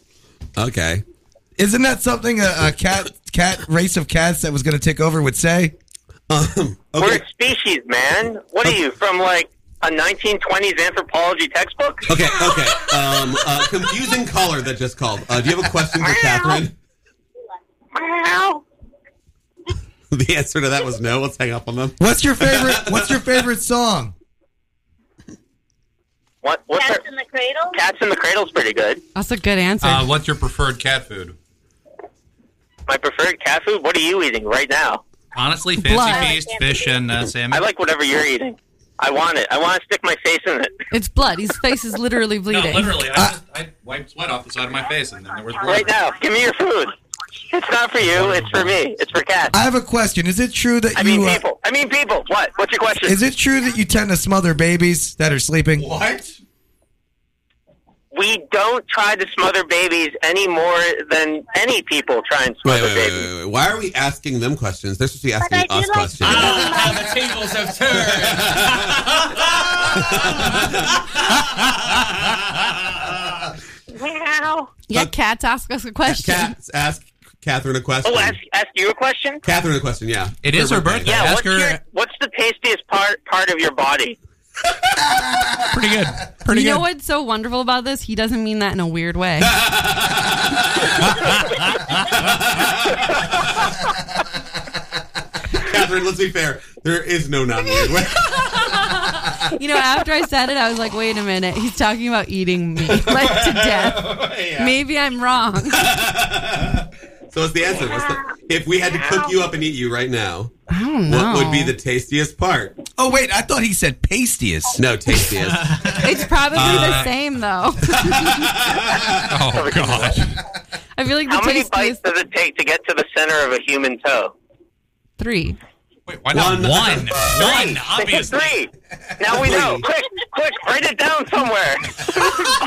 [SPEAKER 5] okay?
[SPEAKER 8] Isn't that something a, a cat cat race of cats that was going to take over would say?
[SPEAKER 5] Um,
[SPEAKER 10] We're
[SPEAKER 5] okay.
[SPEAKER 10] a species, man. What are you from, like a 1920s anthropology textbook?
[SPEAKER 5] Okay, okay. Um, uh, confusing caller that just called. Uh, do you have a question for Catherine? The answer to that was no. Let's hang up on them.
[SPEAKER 8] What's your favorite? What's your favorite song?
[SPEAKER 10] What? What's our,
[SPEAKER 11] in the cradle?
[SPEAKER 10] Cats in the Cradle's pretty good.
[SPEAKER 6] That's a good answer.
[SPEAKER 7] Uh,
[SPEAKER 12] what's your preferred cat food?
[SPEAKER 10] My preferred cat food. What are you eating right now?
[SPEAKER 7] Honestly, fancy
[SPEAKER 6] Blood.
[SPEAKER 7] feast, fish, and uh, salmon.
[SPEAKER 10] I like whatever you're eating. I want it. I want to stick my face in it.
[SPEAKER 6] it's blood. His face is literally
[SPEAKER 12] No,
[SPEAKER 6] bleeding.
[SPEAKER 12] literally, I, just, I wiped sweat off the side of my face, and then there was
[SPEAKER 11] Uh-huh.
[SPEAKER 12] blood.
[SPEAKER 10] Right now, give me your food. It's not for you. It's for me. It's for cats.
[SPEAKER 8] I have a question. Is it true that
[SPEAKER 10] I
[SPEAKER 8] you?
[SPEAKER 10] mean
[SPEAKER 8] uh,
[SPEAKER 10] people. I mean people. What? What's your question?
[SPEAKER 8] Is it true that you tend to smother babies that are sleeping?
[SPEAKER 12] What?
[SPEAKER 10] we don't try to smother babies any more than any people try and
[SPEAKER 5] Wait,
[SPEAKER 10] smother
[SPEAKER 5] wait, wait,
[SPEAKER 10] babies.
[SPEAKER 5] wait, wait. Why are we asking them questions? They're supposed to be asking
[SPEAKER 11] But I do
[SPEAKER 5] us
[SPEAKER 11] like-
[SPEAKER 5] questions.
[SPEAKER 1] Ah, how the tables have turned.
[SPEAKER 6] yeah, cats ask us a question.
[SPEAKER 5] Cats, ask Catherine a question.
[SPEAKER 10] Oh, ask, ask you a question.
[SPEAKER 5] Catherine a question. Yeah,
[SPEAKER 7] It is her birthday.
[SPEAKER 10] Yeah,
[SPEAKER 7] Ask
[SPEAKER 10] what's,
[SPEAKER 7] her-
[SPEAKER 10] your, what's the tastiest part part of your body?
[SPEAKER 7] pretty good. Pretty
[SPEAKER 6] you
[SPEAKER 7] good.
[SPEAKER 6] know what's so wonderful about this? He doesn't mean that in a weird way.
[SPEAKER 5] Catherine. Let's be fair. There is no non-weird way.
[SPEAKER 6] you know, after I said it, I was like, wait a minute. He's talking about eating me like to death. Maybe I'm wrong.
[SPEAKER 5] So what's the answer? What's the, if we had to cook you up and eat you right now,
[SPEAKER 6] I don't know.
[SPEAKER 5] what would be the tastiest part?
[SPEAKER 8] Oh wait, I thought he said pastiest.
[SPEAKER 5] No, tastiest.
[SPEAKER 6] It's probably
[SPEAKER 7] Uh.
[SPEAKER 6] the same though.
[SPEAKER 7] Oh God.
[SPEAKER 6] I feel like the
[SPEAKER 10] How many
[SPEAKER 6] taste
[SPEAKER 10] bites
[SPEAKER 6] is
[SPEAKER 10] does it take to get to the center of a human toe?
[SPEAKER 6] three.
[SPEAKER 7] Wait, why not
[SPEAKER 5] One.
[SPEAKER 7] one? One,
[SPEAKER 10] They said
[SPEAKER 7] obviously.
[SPEAKER 10] three. Now we know. Quick, quick, write it down somewhere.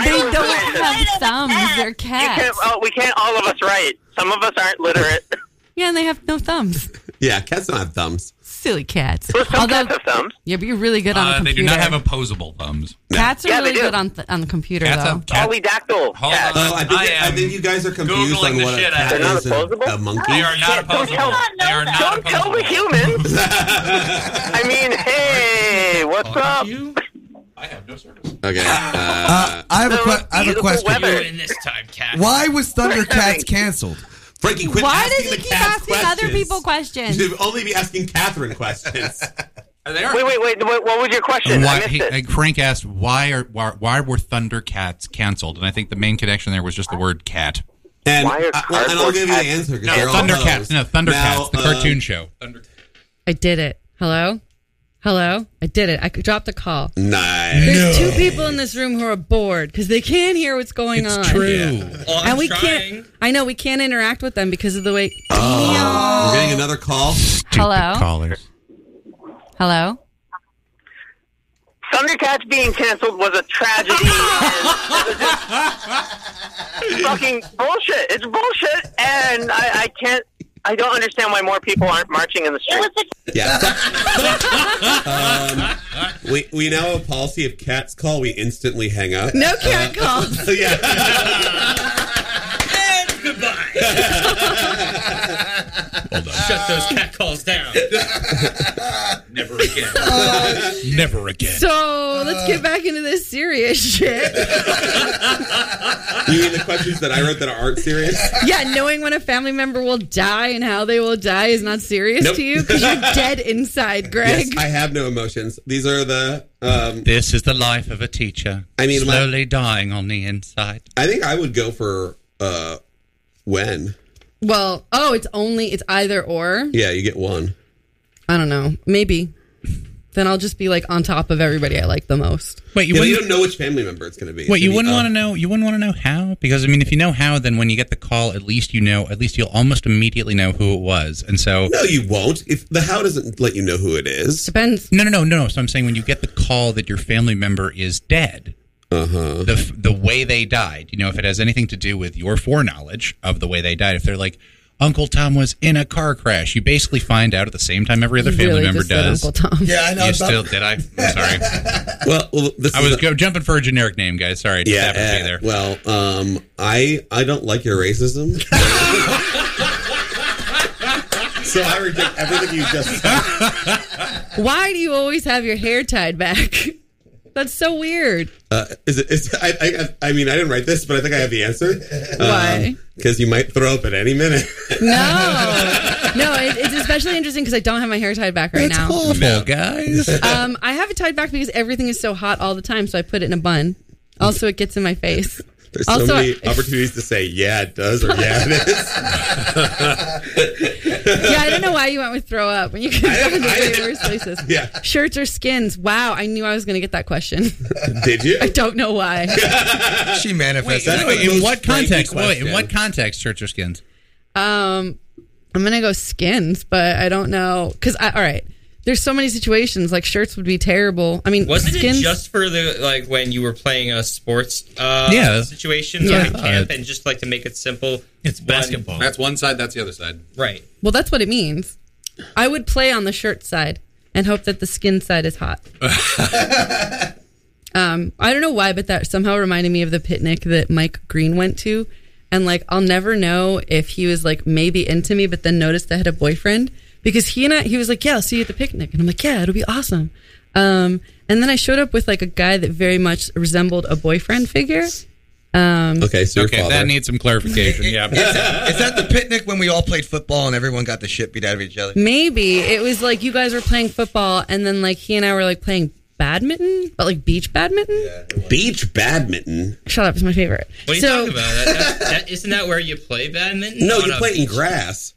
[SPEAKER 6] They don't have thumbs. They're
[SPEAKER 10] You can't,
[SPEAKER 6] cats.
[SPEAKER 10] oh, we can't all of us write. Some of us aren't literate.
[SPEAKER 6] Yeah, and they have no thumbs.
[SPEAKER 5] yeah, cats don't have thumbs.
[SPEAKER 6] Silly cats.
[SPEAKER 10] Well, some
[SPEAKER 6] Although,
[SPEAKER 10] cats have thumbs.
[SPEAKER 6] yeah, but you're really good on
[SPEAKER 7] Uh,
[SPEAKER 6] a
[SPEAKER 7] they
[SPEAKER 6] computer.
[SPEAKER 7] do not have opposable thumbs.
[SPEAKER 6] Cats are
[SPEAKER 10] Yeah, they
[SPEAKER 6] really
[SPEAKER 10] do.
[SPEAKER 6] good on th- on the computer
[SPEAKER 7] Cats
[SPEAKER 6] though.
[SPEAKER 7] have
[SPEAKER 10] Oh,
[SPEAKER 7] cats.
[SPEAKER 10] Polydactyl.
[SPEAKER 7] Hold
[SPEAKER 10] cats.
[SPEAKER 5] Oh, I think,
[SPEAKER 7] Uh, I
[SPEAKER 5] I
[SPEAKER 7] am
[SPEAKER 5] think you guys are confused
[SPEAKER 7] Googling
[SPEAKER 5] on
[SPEAKER 7] the
[SPEAKER 5] what a
[SPEAKER 7] shit out
[SPEAKER 5] cat
[SPEAKER 7] of
[SPEAKER 10] it.
[SPEAKER 5] is and
[SPEAKER 10] They're not
[SPEAKER 5] a monkey.
[SPEAKER 7] They are not
[SPEAKER 10] Shit, don't
[SPEAKER 7] opposable.
[SPEAKER 10] tell-
[SPEAKER 7] They are not
[SPEAKER 10] Don't tell
[SPEAKER 7] opposable.
[SPEAKER 10] the humans. I mean, hey, what's up?
[SPEAKER 12] I have no service.
[SPEAKER 5] Okay. Uh,
[SPEAKER 8] Uh, I have a que- I have a
[SPEAKER 10] Beautiful
[SPEAKER 8] question.
[SPEAKER 1] Do
[SPEAKER 10] weather.
[SPEAKER 1] it in this time, cat.
[SPEAKER 8] Why was Thundercats canceled?
[SPEAKER 5] Frankie, quit
[SPEAKER 6] Why
[SPEAKER 5] asking
[SPEAKER 6] does he
[SPEAKER 5] the
[SPEAKER 6] keep
[SPEAKER 5] cats
[SPEAKER 6] asking other
[SPEAKER 5] questions.
[SPEAKER 6] people questions?
[SPEAKER 5] You should only be asking Catherine questions.
[SPEAKER 12] They are.
[SPEAKER 10] Wait, wait, wait. What, what was your question? I
[SPEAKER 7] Why,
[SPEAKER 10] missed
[SPEAKER 7] he,
[SPEAKER 10] it.
[SPEAKER 7] uh, Frank asked why are why, why were Thundercats canceled, and I think the main connection there was just the word cat.
[SPEAKER 5] And,
[SPEAKER 10] Why are
[SPEAKER 5] uh, well, and I'll
[SPEAKER 10] cardboard
[SPEAKER 5] give you the
[SPEAKER 10] cats-
[SPEAKER 5] answer. 'cause
[SPEAKER 7] No,
[SPEAKER 5] they're all uh,
[SPEAKER 7] Thundercats.
[SPEAKER 5] hoes.
[SPEAKER 7] No, Thundercats,
[SPEAKER 5] Now,
[SPEAKER 7] the
[SPEAKER 5] uh,
[SPEAKER 7] cartoon show. Thunder-
[SPEAKER 6] I did it. Hello? Hello? I did it. I dropped a call.
[SPEAKER 5] Nice.
[SPEAKER 6] There's two people in this room who are bored because they can't hear what's going on. and we can't. I know we can't interact with them because of the way.
[SPEAKER 5] We're getting another call.
[SPEAKER 6] Hello?
[SPEAKER 7] callers.
[SPEAKER 6] Hello.
[SPEAKER 10] Thundercats being canceled was a tragedy. and it was just fucking bullshit. It's bullshit, and I, I can't. I don't understand why more people aren't marching in the streets.
[SPEAKER 5] Yeah. um, we we now have a policy if cats call, we instantly hang up.
[SPEAKER 6] No cat
[SPEAKER 5] Uh, yeah.
[SPEAKER 8] Shut those cat calls down.
[SPEAKER 13] Never again.
[SPEAKER 7] Never again.
[SPEAKER 6] Uh, So let's get back into this serious shit.
[SPEAKER 5] You mean the questions that I wrote that aren't serious?
[SPEAKER 6] yeah, knowing when a family member will die and how they will die is not serious
[SPEAKER 5] Nope.
[SPEAKER 6] to you because you're dead inside, Greg.
[SPEAKER 5] Yes, I have no emotions. These are the. Um,
[SPEAKER 7] This is the life of a teacher.
[SPEAKER 5] I mean, my-
[SPEAKER 7] slowly dying on the inside.
[SPEAKER 5] I think I would go for uh, when.
[SPEAKER 6] Well, oh, it's only it's either or.
[SPEAKER 5] Yeah, you get one.
[SPEAKER 6] I don't know. Maybe. Then I'll just be like on top of everybody I like the most.
[SPEAKER 7] Wait, you
[SPEAKER 5] Yeah, but you
[SPEAKER 7] wouldn't-
[SPEAKER 5] don't know which family member it's going to be.
[SPEAKER 7] Wait, you wouldn't want to know? You wouldn't want to know how? Because I mean, if you know how, then when you get the call, at least you know. At least you'll almost immediately know who it was. And so,
[SPEAKER 5] No, you won't. If the how doesn't let you know who it is.
[SPEAKER 6] Depends.
[SPEAKER 7] no, no, no, no. So I'm saying when you get the call that your family member is dead, uh-huh. the f- the way they died. You know, if it has anything to do with your foreknowledge of the way they died, if they're like. Uncle Tom was in a car crash. You basically find out at the same time every other
[SPEAKER 6] You
[SPEAKER 7] family
[SPEAKER 6] really
[SPEAKER 7] member
[SPEAKER 6] just said
[SPEAKER 7] does.
[SPEAKER 6] Uncle Tom.
[SPEAKER 14] Yeah, I know.
[SPEAKER 7] you
[SPEAKER 14] it's not-
[SPEAKER 7] still did I? I'm sorry.
[SPEAKER 5] Well, well this
[SPEAKER 7] I
[SPEAKER 5] is
[SPEAKER 7] was
[SPEAKER 5] the-
[SPEAKER 7] go, jumping for a generic name, guys. Sorry, it just
[SPEAKER 5] Yeah.
[SPEAKER 7] happened to be
[SPEAKER 5] eh,
[SPEAKER 7] there.
[SPEAKER 5] Well, um, I I don't like your racism. so I reject everything you just said.
[SPEAKER 6] Why do you always have your hair tied back? That's so weird.
[SPEAKER 5] Uh, is it? Is, I, I I mean I didn't write this, but I think I have the answer.
[SPEAKER 6] Why?
[SPEAKER 5] Because you might throw up at any minute.
[SPEAKER 6] No, no, it, it's especially interesting because I don't have my hair tied back right now.
[SPEAKER 7] awful, guys.
[SPEAKER 6] Um, I have it tied back because everything is so hot all the time, so I put it in a bun. Also, it gets in my face.
[SPEAKER 5] There's so
[SPEAKER 6] also,
[SPEAKER 5] many
[SPEAKER 6] I-
[SPEAKER 5] opportunities to say yeah it does or yeah it is.
[SPEAKER 6] yeah, I don't know why you went with throw up when you could have
[SPEAKER 5] I-
[SPEAKER 6] gone to
[SPEAKER 5] I-
[SPEAKER 6] way worse places.
[SPEAKER 5] Yeah.
[SPEAKER 6] Shirts or skins? Wow, I knew I was going to get that question.
[SPEAKER 5] Did you?
[SPEAKER 6] I don't know why.
[SPEAKER 14] She manifested.
[SPEAKER 5] That's
[SPEAKER 7] Wait,
[SPEAKER 5] the
[SPEAKER 7] in
[SPEAKER 5] most
[SPEAKER 7] what
[SPEAKER 5] frightening
[SPEAKER 7] context? Wait, in
[SPEAKER 5] question.
[SPEAKER 7] what context, shirts or skins?
[SPEAKER 6] Um, I'm gonna go skins, but I don't know because I all right. There's so many situations like shirts would be terrible. I mean,
[SPEAKER 8] Wasn't
[SPEAKER 6] skins.
[SPEAKER 8] it just for the like when you were playing a sports uh,
[SPEAKER 7] Yeah.
[SPEAKER 8] situation
[SPEAKER 6] Yeah.
[SPEAKER 8] like a camp and just like to make it simple?
[SPEAKER 15] It's
[SPEAKER 8] one-
[SPEAKER 15] basketball.
[SPEAKER 13] That's one side. That's the other side.
[SPEAKER 8] right.
[SPEAKER 6] well, that's what it means. I would play on the shirt side and hope that the skin side is hot. um, I don't know why, but that somehow reminded me of the picnic that Mike Green went to, and like I'll never know if he was like maybe into me, but then noticed I had a boyfriend because he and I he was like, yeah, I'll see you at the picnic, and I'm like, yeah, it'll be awesome. Um, and then I showed up with like a guy that very much resembled a boyfriend figure. Um,
[SPEAKER 5] Okay, so your
[SPEAKER 7] Okay,
[SPEAKER 5] father.
[SPEAKER 7] that needs some clarification. Yeah.
[SPEAKER 14] Is that the picnic when we all played football and everyone got the shit beat out of each other?
[SPEAKER 6] Maybe it was like you guys were playing football, and then like he and I were like playing badminton, but like beach badminton.
[SPEAKER 5] Beach badminton.
[SPEAKER 6] Shut up, it's my favorite.
[SPEAKER 8] What are you
[SPEAKER 6] so,
[SPEAKER 8] talking about? That, that, that, isn't that where you play badminton?
[SPEAKER 5] No,
[SPEAKER 8] On
[SPEAKER 5] you
[SPEAKER 8] a-
[SPEAKER 5] play in grass.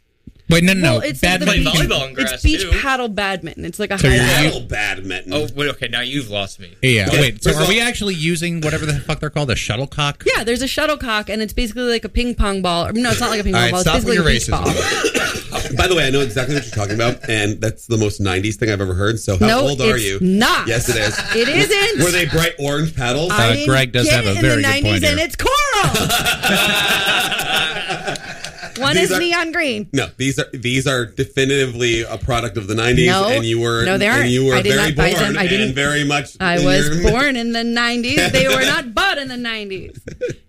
[SPEAKER 7] Wait, no, no,
[SPEAKER 6] Well,
[SPEAKER 7] no.
[SPEAKER 6] it's
[SPEAKER 7] Badminton.
[SPEAKER 6] like the beach,
[SPEAKER 8] Play volleyball in grass,
[SPEAKER 6] It's beach
[SPEAKER 8] too.
[SPEAKER 6] paddle badminton. It's like a
[SPEAKER 7] So
[SPEAKER 6] high
[SPEAKER 7] you're-
[SPEAKER 5] Paddle badminton.
[SPEAKER 8] Oh, wait, okay. Now you've lost me.
[SPEAKER 7] yeah. Wait. So,
[SPEAKER 5] First
[SPEAKER 7] are
[SPEAKER 5] of
[SPEAKER 7] we
[SPEAKER 5] all-
[SPEAKER 7] actually using whatever the fuck they're called, a shuttlecock?
[SPEAKER 6] Yeah, there's a shuttlecock, and it's basically like a ping pong ball. Or, no, it's not like a ping pong
[SPEAKER 14] right,
[SPEAKER 6] ball. It's
[SPEAKER 14] stop with
[SPEAKER 6] basically a
[SPEAKER 14] your
[SPEAKER 6] beach
[SPEAKER 14] racism.
[SPEAKER 6] ball.
[SPEAKER 5] By the way, I know exactly what you're talking about, and that's the most '90s thing I've ever heard. So, how
[SPEAKER 6] No,
[SPEAKER 5] old are
[SPEAKER 6] it's
[SPEAKER 5] you?
[SPEAKER 6] not.
[SPEAKER 5] Yes, it is.
[SPEAKER 6] It isn't.
[SPEAKER 5] Were they bright orange paddles?
[SPEAKER 6] I
[SPEAKER 7] Uh,
[SPEAKER 6] didn't
[SPEAKER 7] Greg does
[SPEAKER 6] get
[SPEAKER 7] have a
[SPEAKER 6] it
[SPEAKER 7] very
[SPEAKER 6] in
[SPEAKER 7] good
[SPEAKER 6] the
[SPEAKER 7] point
[SPEAKER 6] and
[SPEAKER 7] here.
[SPEAKER 6] it's coral. One
[SPEAKER 5] These
[SPEAKER 6] is
[SPEAKER 5] are-
[SPEAKER 6] neon green.
[SPEAKER 5] no, these are these are definitively a product of the '90s,
[SPEAKER 6] No.
[SPEAKER 5] and you were
[SPEAKER 6] No, they
[SPEAKER 5] and
[SPEAKER 6] aren't.
[SPEAKER 5] you were
[SPEAKER 6] I did
[SPEAKER 5] very
[SPEAKER 6] not buy
[SPEAKER 5] born
[SPEAKER 6] them. I didn't-
[SPEAKER 5] and very much.
[SPEAKER 6] I
[SPEAKER 5] in
[SPEAKER 6] was
[SPEAKER 5] your-
[SPEAKER 6] born in the 90s. They were not bought in the 90s.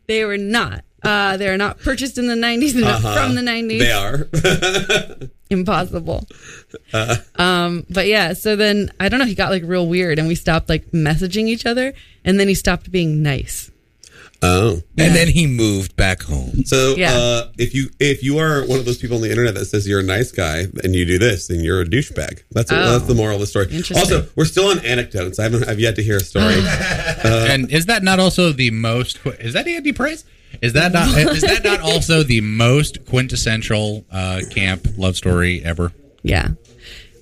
[SPEAKER 6] They were not. Uh, they're not purchased in the 90s. They're not from the 90s.
[SPEAKER 5] Uh-huh. They are.
[SPEAKER 6] impossible.
[SPEAKER 5] Uh-huh.
[SPEAKER 6] Um, but yeah, so then I don't know. He got like real weird, and we stopped like messaging each other, and then he stopped being nice.
[SPEAKER 5] oh,
[SPEAKER 14] And then he moved back home.
[SPEAKER 5] so
[SPEAKER 6] Yeah.
[SPEAKER 5] uh, if you if you are one of those people on the internet that says you're a nice guy and you do this, then you're a douchebag. That's
[SPEAKER 6] Oh.
[SPEAKER 5] that's the moral of the story.
[SPEAKER 6] Interesting.
[SPEAKER 5] Also, we're still on anecdotes. I haven't I've yet to hear a story.
[SPEAKER 13] Uh,
[SPEAKER 7] and is that not also the most? qu- Is that Andy Price? Is that not? is that not also the most quintessential uh, camp love story ever?
[SPEAKER 6] Yeah,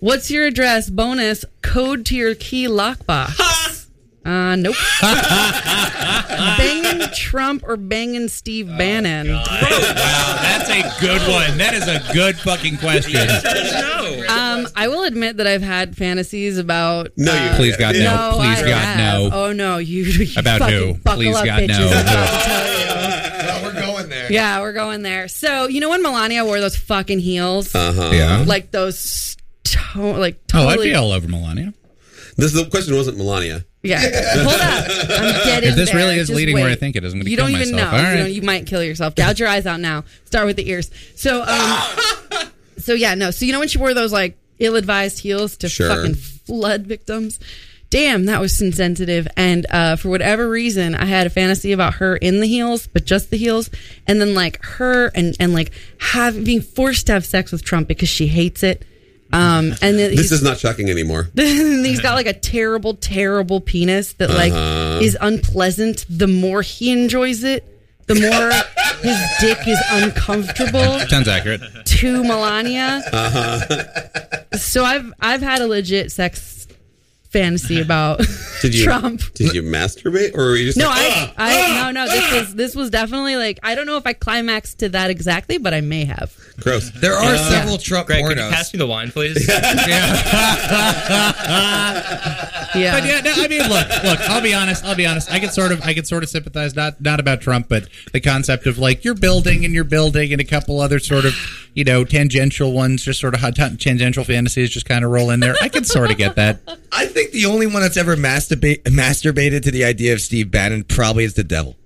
[SPEAKER 6] What's your address? Bonus code to your key lockbox. uh, nope. banging Trump or banging Steve
[SPEAKER 5] Oh,
[SPEAKER 6] Bannon?
[SPEAKER 7] That's a good one. That is a good fucking question.
[SPEAKER 6] Um, I will admit that I've had fantasies about. uh,
[SPEAKER 7] No, you- Please God, no. Please
[SPEAKER 6] I
[SPEAKER 7] God,
[SPEAKER 6] have.
[SPEAKER 7] no.
[SPEAKER 6] Oh no, you. you
[SPEAKER 7] About
[SPEAKER 6] fucking
[SPEAKER 7] who?
[SPEAKER 6] buckle
[SPEAKER 7] Please
[SPEAKER 6] up,
[SPEAKER 7] God,
[SPEAKER 6] bitches.
[SPEAKER 7] no.
[SPEAKER 6] I'm about to tell you.
[SPEAKER 8] we're going there.
[SPEAKER 6] Yeah, we're going there. So you know when Melania wore those fucking heels?
[SPEAKER 5] Uh-huh.
[SPEAKER 7] Yeah.
[SPEAKER 6] Like those, to- like
[SPEAKER 7] Oh,
[SPEAKER 6] totally.
[SPEAKER 7] I'd be all over Melania.
[SPEAKER 5] This the question wasn't Melania.
[SPEAKER 6] Yeah, hold up. I'm getting
[SPEAKER 7] If this
[SPEAKER 6] there.
[SPEAKER 7] really is
[SPEAKER 6] Just
[SPEAKER 7] leading where I
[SPEAKER 6] wait.
[SPEAKER 7] think it is, I'm gonna
[SPEAKER 6] You
[SPEAKER 7] kill
[SPEAKER 6] don't even
[SPEAKER 7] myself.
[SPEAKER 6] know.
[SPEAKER 7] All
[SPEAKER 6] You, know,
[SPEAKER 7] right.
[SPEAKER 6] you might kill yourself. Gouge your eyes out now. Start with the ears. So, um,
[SPEAKER 7] Ah!
[SPEAKER 6] so yeah, no. So you know when she wore those like ill-advised heels to
[SPEAKER 16] Sure.
[SPEAKER 6] fucking flood victims. Damn, that was insensitive. And uh, for whatever reason, I had a fantasy about her in the heels, but just the heels, and then like her and and like have being forced to have sex with Trump because she hates it. Um, and then
[SPEAKER 5] This is not shocking anymore.
[SPEAKER 6] he's got like a terrible, terrible penis that like
[SPEAKER 5] Uh-huh.
[SPEAKER 6] is unpleasant. The more he enjoys it, the more his dick is uncomfortable
[SPEAKER 7] Sounds accurate.
[SPEAKER 6] to Melania.
[SPEAKER 5] Uh-huh.
[SPEAKER 6] So I've I've had a legit sex fantasy about
[SPEAKER 5] Did you Uh-huh.
[SPEAKER 6] Trump.
[SPEAKER 5] Did you masturbate or were you just
[SPEAKER 6] No,
[SPEAKER 5] like,
[SPEAKER 6] I, I no no this was this was definitely like I don't know if I climaxed to that exactly, but I may have.
[SPEAKER 5] gross?
[SPEAKER 8] There are
[SPEAKER 7] Uh,
[SPEAKER 17] Yeah.
[SPEAKER 8] several Trump
[SPEAKER 17] Greg, could you
[SPEAKER 8] pornos.
[SPEAKER 17] pass me the wine, please?
[SPEAKER 6] Yeah.
[SPEAKER 7] But yeah, no, I mean, look, look. I'll be honest. I'll be honest. I could sort of, I could sort of sympathize not not about Trump, but the concept of like you're building and you're building and a couple other sort of, you know, tangential ones, just sort of hot t- tangential fantasies, just kind of roll in there. I could sort of get that.
[SPEAKER 8] I think the only one that's ever masturbate, masturbated to the idea of Steve Bannon probably is the devil.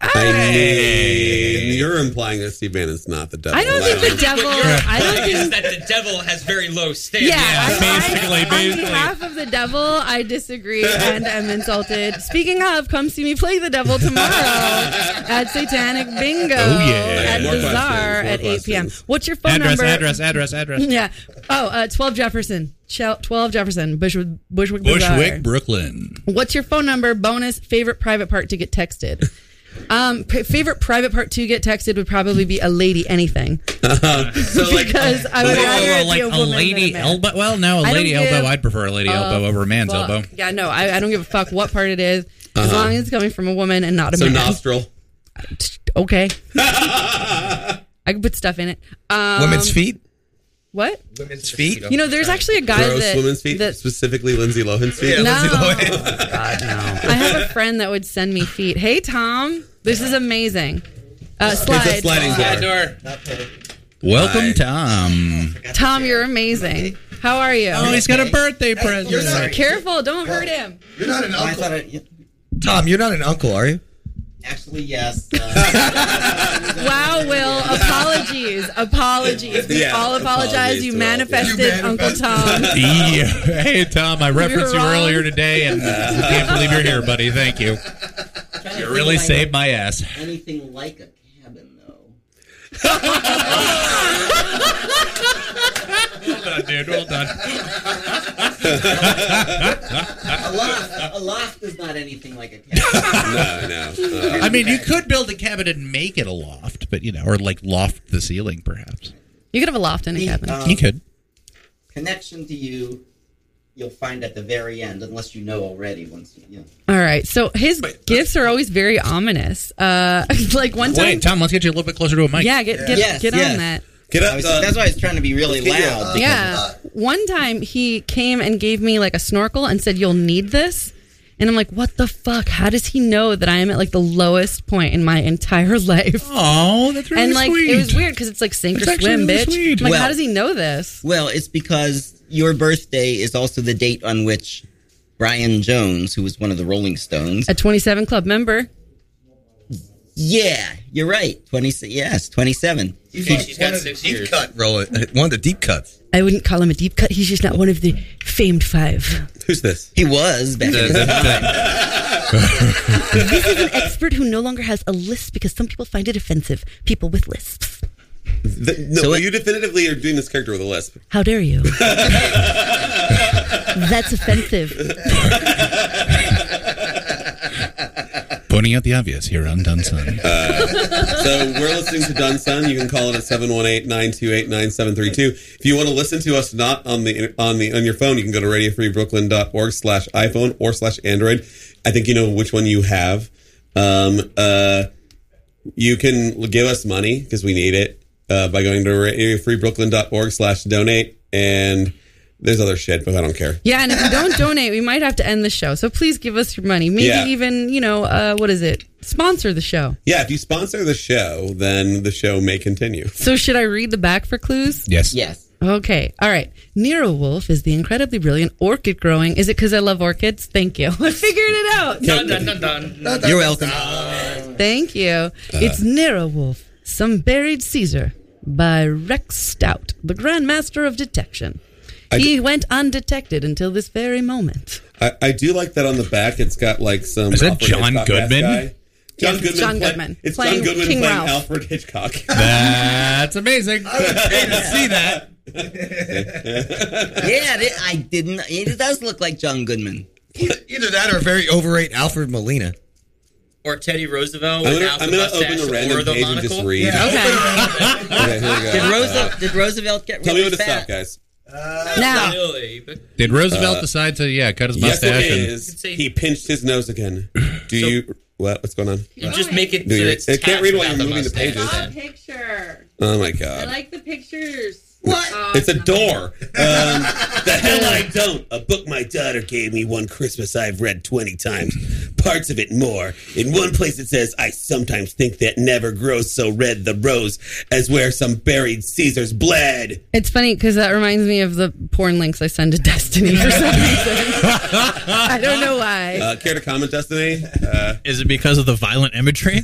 [SPEAKER 5] I mean, you're implying that Steve Bannon's not the devil.
[SPEAKER 6] I don't think the devil I don't think
[SPEAKER 17] that the devil has very low standards.
[SPEAKER 6] Yeah, I,
[SPEAKER 17] basically,
[SPEAKER 6] I, on behalf of the devil, I disagree and am insulted. Speaking of, come see me play the devil tomorrow at Satanic Bingo
[SPEAKER 7] Oh, yeah.
[SPEAKER 6] at
[SPEAKER 7] More
[SPEAKER 6] the
[SPEAKER 7] questions, more
[SPEAKER 6] Bazaar at 8 p.m.
[SPEAKER 7] questions.
[SPEAKER 6] What's your phone
[SPEAKER 7] address,
[SPEAKER 6] number?
[SPEAKER 7] address, address, address.
[SPEAKER 6] Yeah. Oh, uh, 12 Jefferson. Chel- 12 Jefferson, Bushwick, Bushwick Bazaar.
[SPEAKER 7] Bushwick, Brooklyn.
[SPEAKER 6] What's your phone number? Bonus favorite private part to get texted. Um, p- favorite private part to get texted would probably be a lady anything.
[SPEAKER 5] Uh, so like,
[SPEAKER 6] Because I would
[SPEAKER 7] Whoa,
[SPEAKER 6] rather it be
[SPEAKER 7] like
[SPEAKER 6] a
[SPEAKER 7] a,
[SPEAKER 6] woman
[SPEAKER 7] lady
[SPEAKER 6] than a man.
[SPEAKER 7] elbow. Well, no, a
[SPEAKER 6] I don't
[SPEAKER 7] lady elbow.
[SPEAKER 6] give
[SPEAKER 7] I'd prever a lady
[SPEAKER 6] a
[SPEAKER 7] elbow over a man's
[SPEAKER 6] fuck.
[SPEAKER 7] elbow.
[SPEAKER 6] Yeah, no, I, I don't give a fuck what part it is, as
[SPEAKER 7] Uh-huh.
[SPEAKER 6] long as it's coming from a woman and not a
[SPEAKER 5] so
[SPEAKER 6] man.
[SPEAKER 5] nostril.
[SPEAKER 6] Okay. I can put stuff in it. Um,
[SPEAKER 5] Women's feet?
[SPEAKER 6] What?
[SPEAKER 5] Women's feet.
[SPEAKER 6] You know, there's actually a guy
[SPEAKER 5] gross
[SPEAKER 6] that
[SPEAKER 5] women's feet, specifically Lindsay Lohan's feet.
[SPEAKER 6] Yeah, No. Lindsay
[SPEAKER 7] Oh,
[SPEAKER 6] I have a friend that would send me feet. Hey, Tom, this is amazing. Uh, slide.
[SPEAKER 7] It's a sliding Slide door. Welcome, Tom.
[SPEAKER 6] Tom, you're amazing. How are you?
[SPEAKER 7] Oh, he's got a birthday present.
[SPEAKER 8] You're sorry.
[SPEAKER 6] Careful, don't hurt him.
[SPEAKER 8] You're not an uncle. Tom, you're not an uncle, are you?
[SPEAKER 14] Actually, yes. Uh,
[SPEAKER 6] Wow, Will. Apologies. Apologies. We
[SPEAKER 7] Yeah,
[SPEAKER 6] all apologize.
[SPEAKER 7] apologies
[SPEAKER 6] You
[SPEAKER 7] to all.
[SPEAKER 6] manifested, Uncle Tom.
[SPEAKER 7] Yeah. Hey, Tom, I referenced
[SPEAKER 6] You're
[SPEAKER 7] you
[SPEAKER 6] wrong.
[SPEAKER 7] earlier today, and uh, I can't believe you're here, buddy. Thank you. You really saved my ass.
[SPEAKER 14] Anything like a cabin,
[SPEAKER 7] Well done, dude. Well done.
[SPEAKER 14] though. a loft, a loft is not anything like a cabin.
[SPEAKER 5] no, Uh, no.
[SPEAKER 7] I mean, you could build a cabin and make it a loft, but you know, or like loft the ceiling, perhaps.
[SPEAKER 6] You could have a loft in a
[SPEAKER 14] The,
[SPEAKER 6] cabin.
[SPEAKER 14] um,
[SPEAKER 7] You could.
[SPEAKER 14] Connection to you, you'll find at the very end, unless you know already. Once you, you know.
[SPEAKER 6] All right. So his
[SPEAKER 14] uh,
[SPEAKER 6] gifts are always very ominous. Uh, like one time.
[SPEAKER 7] Wait, Tom, let's get you a little bit closer to a mic.
[SPEAKER 6] Yeah, get get,
[SPEAKER 14] Yes,
[SPEAKER 6] get
[SPEAKER 14] yes.
[SPEAKER 6] on that.
[SPEAKER 5] Get uh,
[SPEAKER 14] up. that's why I was trying to be really
[SPEAKER 7] Let's get you-
[SPEAKER 14] loud.
[SPEAKER 6] Yeah. One time he came and gave me like a snorkel and said, "You'll need this." And I'm like, "What the fuck? How does he know that I am at like the lowest point in my entire life?"
[SPEAKER 7] Oh, that's
[SPEAKER 14] really
[SPEAKER 6] And like
[SPEAKER 14] sweet.
[SPEAKER 6] it was weird because it's like sink
[SPEAKER 14] That's
[SPEAKER 6] or
[SPEAKER 14] actually
[SPEAKER 6] swim,
[SPEAKER 14] really
[SPEAKER 6] bitch.
[SPEAKER 14] sweet.
[SPEAKER 6] I'm like, how
[SPEAKER 14] Well-
[SPEAKER 6] does he know this?
[SPEAKER 14] Well, it's because your birthday is also the date on which Brian Jones, who was one of the Rolling Stones,
[SPEAKER 6] A 27 club member.
[SPEAKER 14] yeah, you're right. Twenty, yes, twenty-seven.
[SPEAKER 17] She's got uh, six years.
[SPEAKER 8] Roll it. One of the deep cuts.
[SPEAKER 6] I wouldn't call him a deep cut. He's just not one of the famed five.
[SPEAKER 5] Who's this?
[SPEAKER 14] He was back in the time.
[SPEAKER 6] this is an expert who no longer has a list because some people find it offensive. People with lists.
[SPEAKER 5] The- no,
[SPEAKER 6] So it-
[SPEAKER 5] you definitively are doing this character with a lisp.
[SPEAKER 6] How dare you? That's offensive.
[SPEAKER 7] Pointing out the obvious here on Dunsun.
[SPEAKER 5] so we're listening to Dun Sun. You can call it at 718-928-9732. If you want to listen to us not on the on the on your phone, you can go to radiofreebrooklyn.org slash iPhone or slash Android. I think you know which one you have. Um, uh, you can give us money because we need it uh, by going to radiofreebrooklyn.org slash donate. And there's other shit, but I don't care.
[SPEAKER 6] Yeah, and if you don't donate, we might have to end the show. So please give us your money. Maybe
[SPEAKER 5] Yeah.
[SPEAKER 6] even, you know, uh, what is it? Sponsor the show.
[SPEAKER 5] Yeah, if you sponsor the show, then the show may continue.
[SPEAKER 6] So should I read the back for clues?
[SPEAKER 5] Yes.
[SPEAKER 14] Yes.
[SPEAKER 6] Okay. All right. Nero Wolf is the incredibly brilliant orchid growing. Is it because I love orchids? Thank you. I figured it out.
[SPEAKER 14] You're welcome.
[SPEAKER 6] Thank you. it's Nero Wolf, Some Buried Caesar by Rex Stout, the Grand Master of Detection. he went undetected until this very moment.
[SPEAKER 5] I, I do like that on the back. It's got like some.
[SPEAKER 7] Is that
[SPEAKER 5] Alfred
[SPEAKER 7] John
[SPEAKER 5] Hitchcock mask
[SPEAKER 7] Goodman?
[SPEAKER 5] guy. John
[SPEAKER 6] Yes,
[SPEAKER 5] Goodman.
[SPEAKER 6] John
[SPEAKER 5] play-
[SPEAKER 6] Goodman
[SPEAKER 5] It's
[SPEAKER 6] playing
[SPEAKER 5] John Goodman
[SPEAKER 6] King
[SPEAKER 5] playing
[SPEAKER 6] Ralph.
[SPEAKER 5] Alfred Hitchcock.
[SPEAKER 7] That's amazing. I would pay to see that.
[SPEAKER 14] yeah, th- I didn't. It does look like John Goodman.
[SPEAKER 8] Either that or a very overrate Alfred Molina.
[SPEAKER 18] Or Teddy Roosevelt
[SPEAKER 8] I'm gonna-
[SPEAKER 18] without
[SPEAKER 8] I'm
[SPEAKER 18] the
[SPEAKER 5] gonna
[SPEAKER 18] mustache
[SPEAKER 5] open a random
[SPEAKER 18] or the
[SPEAKER 5] page
[SPEAKER 18] monocle.
[SPEAKER 5] and just read. Okay, here we go.
[SPEAKER 14] Did, Rosa, did Roosevelt get
[SPEAKER 5] Tell me
[SPEAKER 14] really
[SPEAKER 5] when to
[SPEAKER 14] fat?
[SPEAKER 5] stop, guys.
[SPEAKER 14] Now.
[SPEAKER 7] Did Roosevelt
[SPEAKER 5] Uh,
[SPEAKER 7] decide to yeah cut his
[SPEAKER 5] Yes,
[SPEAKER 7] mustache?
[SPEAKER 5] it
[SPEAKER 7] and-
[SPEAKER 5] is. He pinched his nose again. Do you? What, what's going on?
[SPEAKER 18] You just make it
[SPEAKER 5] Do
[SPEAKER 18] so
[SPEAKER 5] your-
[SPEAKER 18] it's
[SPEAKER 5] it can't read while
[SPEAKER 18] tapped
[SPEAKER 5] you're moving
[SPEAKER 18] without
[SPEAKER 5] the
[SPEAKER 18] the
[SPEAKER 5] pages.
[SPEAKER 18] mustache.
[SPEAKER 6] picture.
[SPEAKER 5] Oh my god!
[SPEAKER 6] like the pictures.
[SPEAKER 5] It's a door. Um, the hell I don't. A book my daughter gave me one Christmas I've read 20 times, parts of it more. In one place it says, I sometimes think that never grows so red the rose as where some buried Caesar's bled.
[SPEAKER 6] It's funny because that reminds me of the porn links I send to Destiny for some reason. I don't know why.
[SPEAKER 5] Uh, care to comment, Destiny?
[SPEAKER 19] Is it because of the violent imagery?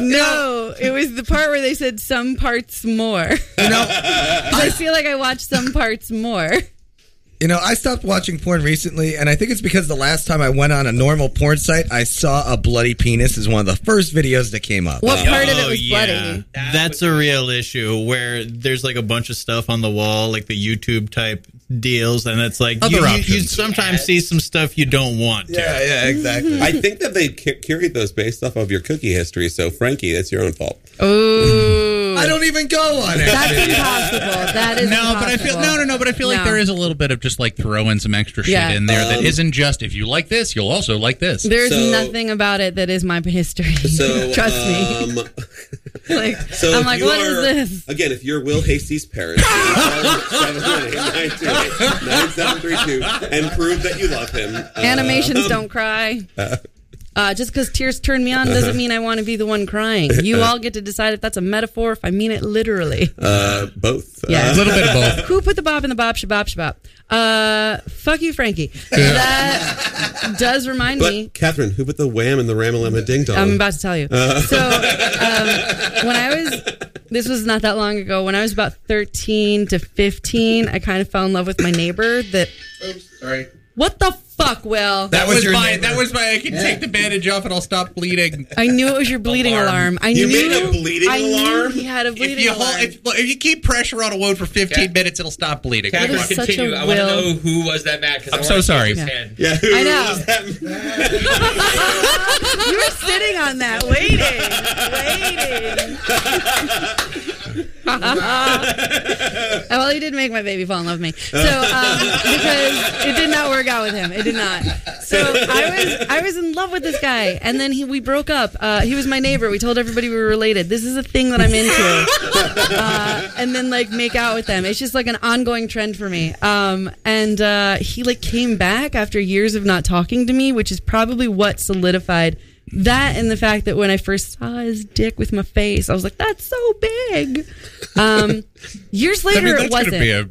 [SPEAKER 6] No, it was the part where they said some parts more.
[SPEAKER 8] You know,
[SPEAKER 6] 'Cause I feel like I watched some parts more.
[SPEAKER 8] You know, I stopped watching porn recently, and I think it's because the last time I went on a normal porn site, I saw a bloody penis as one of the first videos that came up.
[SPEAKER 6] What part of it was bloody?
[SPEAKER 19] Oh, That's a real issue where there's like a bunch of stuff on the wall, like the YouTube type deals, and it's like
[SPEAKER 5] Other
[SPEAKER 19] you, you, you
[SPEAKER 5] options.
[SPEAKER 19] sometimes see some stuff you don't want. To.
[SPEAKER 5] Yeah, yeah, exactly. I think that they cu- curate those based off of your cookie history. So, Frankie, that's your own fault.
[SPEAKER 6] Ooh.
[SPEAKER 8] I don't even go on it.
[SPEAKER 6] That's impossible. That is
[SPEAKER 7] no, but I feel no, no, no. But I feel like there is a little bit of just like throwing some extra shit
[SPEAKER 6] Yeah.
[SPEAKER 7] in there that
[SPEAKER 6] Um,
[SPEAKER 7] isn't just if you like this, you'll also like this.
[SPEAKER 6] There's nothing about it that is my history. Trust me.
[SPEAKER 5] me.
[SPEAKER 6] Like
[SPEAKER 5] uh, So
[SPEAKER 6] I'm
[SPEAKER 5] if
[SPEAKER 6] like,
[SPEAKER 5] you
[SPEAKER 6] what is
[SPEAKER 5] are-
[SPEAKER 6] this?
[SPEAKER 5] Again, if you're Will Hastie's parent, call 718-928-9732 and prove that you love him.
[SPEAKER 6] Animations
[SPEAKER 5] Um,
[SPEAKER 6] don't cry.
[SPEAKER 5] uh,
[SPEAKER 6] Uh, just because tears turn me on doesn't mean I want to be the one crying. You all get to decide if that's a metaphor, if I mean it literally.
[SPEAKER 5] uh, both.
[SPEAKER 6] Yeah.
[SPEAKER 5] Uh,
[SPEAKER 6] Who put the bob in the bob shabab shabab? Uh, fuck you, Frankie. That does remind me.
[SPEAKER 5] But Catherine, who put the wham in the ramalama ding dong?
[SPEAKER 6] I'm about to tell you.
[SPEAKER 5] Uh.
[SPEAKER 6] So um, when I was, this was not that long ago. When I was about 13 to 15, I kind of fell in love with my neighbor. That
[SPEAKER 7] Oops, sorry.
[SPEAKER 6] what the fuck, Will?
[SPEAKER 7] That, was, my. That was my. I can take the bandage off and I'll stop bleeding.
[SPEAKER 6] I knew it was your bleeding alarm. I
[SPEAKER 7] You
[SPEAKER 6] knew
[SPEAKER 7] made a bleeding
[SPEAKER 6] I knew
[SPEAKER 7] alarm?
[SPEAKER 6] he had a
[SPEAKER 7] If
[SPEAKER 6] bleeding
[SPEAKER 7] you
[SPEAKER 6] alarm.
[SPEAKER 7] hold, if, if you keep pressure on a wound for 15 minutes, it'll stop bleeding.
[SPEAKER 18] Can
[SPEAKER 7] Come
[SPEAKER 18] I
[SPEAKER 7] on.
[SPEAKER 18] just continue? I want to know who was that mad. 'cause I
[SPEAKER 7] I'm
[SPEAKER 18] wanna
[SPEAKER 7] so
[SPEAKER 18] shake
[SPEAKER 7] sorry.
[SPEAKER 18] his
[SPEAKER 7] Yeah.
[SPEAKER 18] hand.
[SPEAKER 5] Yeah,
[SPEAKER 6] I know. you were sitting on that, waiting, waiting. oh, well, he did make my baby fall in love with me. So, um, because it did not work out with him, it did not. So I was I was in love with this guy, and then he we broke up. Uh, he was my neighbor. We told everybody we were related. This is a thing that I'm into, uh, and then like make out with them. It's just like an ongoing trend for me. Um, and uh, he like came back after years of not talking to me, which is probably what solidified that and the fact that when I first saw his dick with my face, I was like, "That's so big." Um, years later,
[SPEAKER 7] I mean, that's
[SPEAKER 6] it wasn't.
[SPEAKER 7] Gonna be a,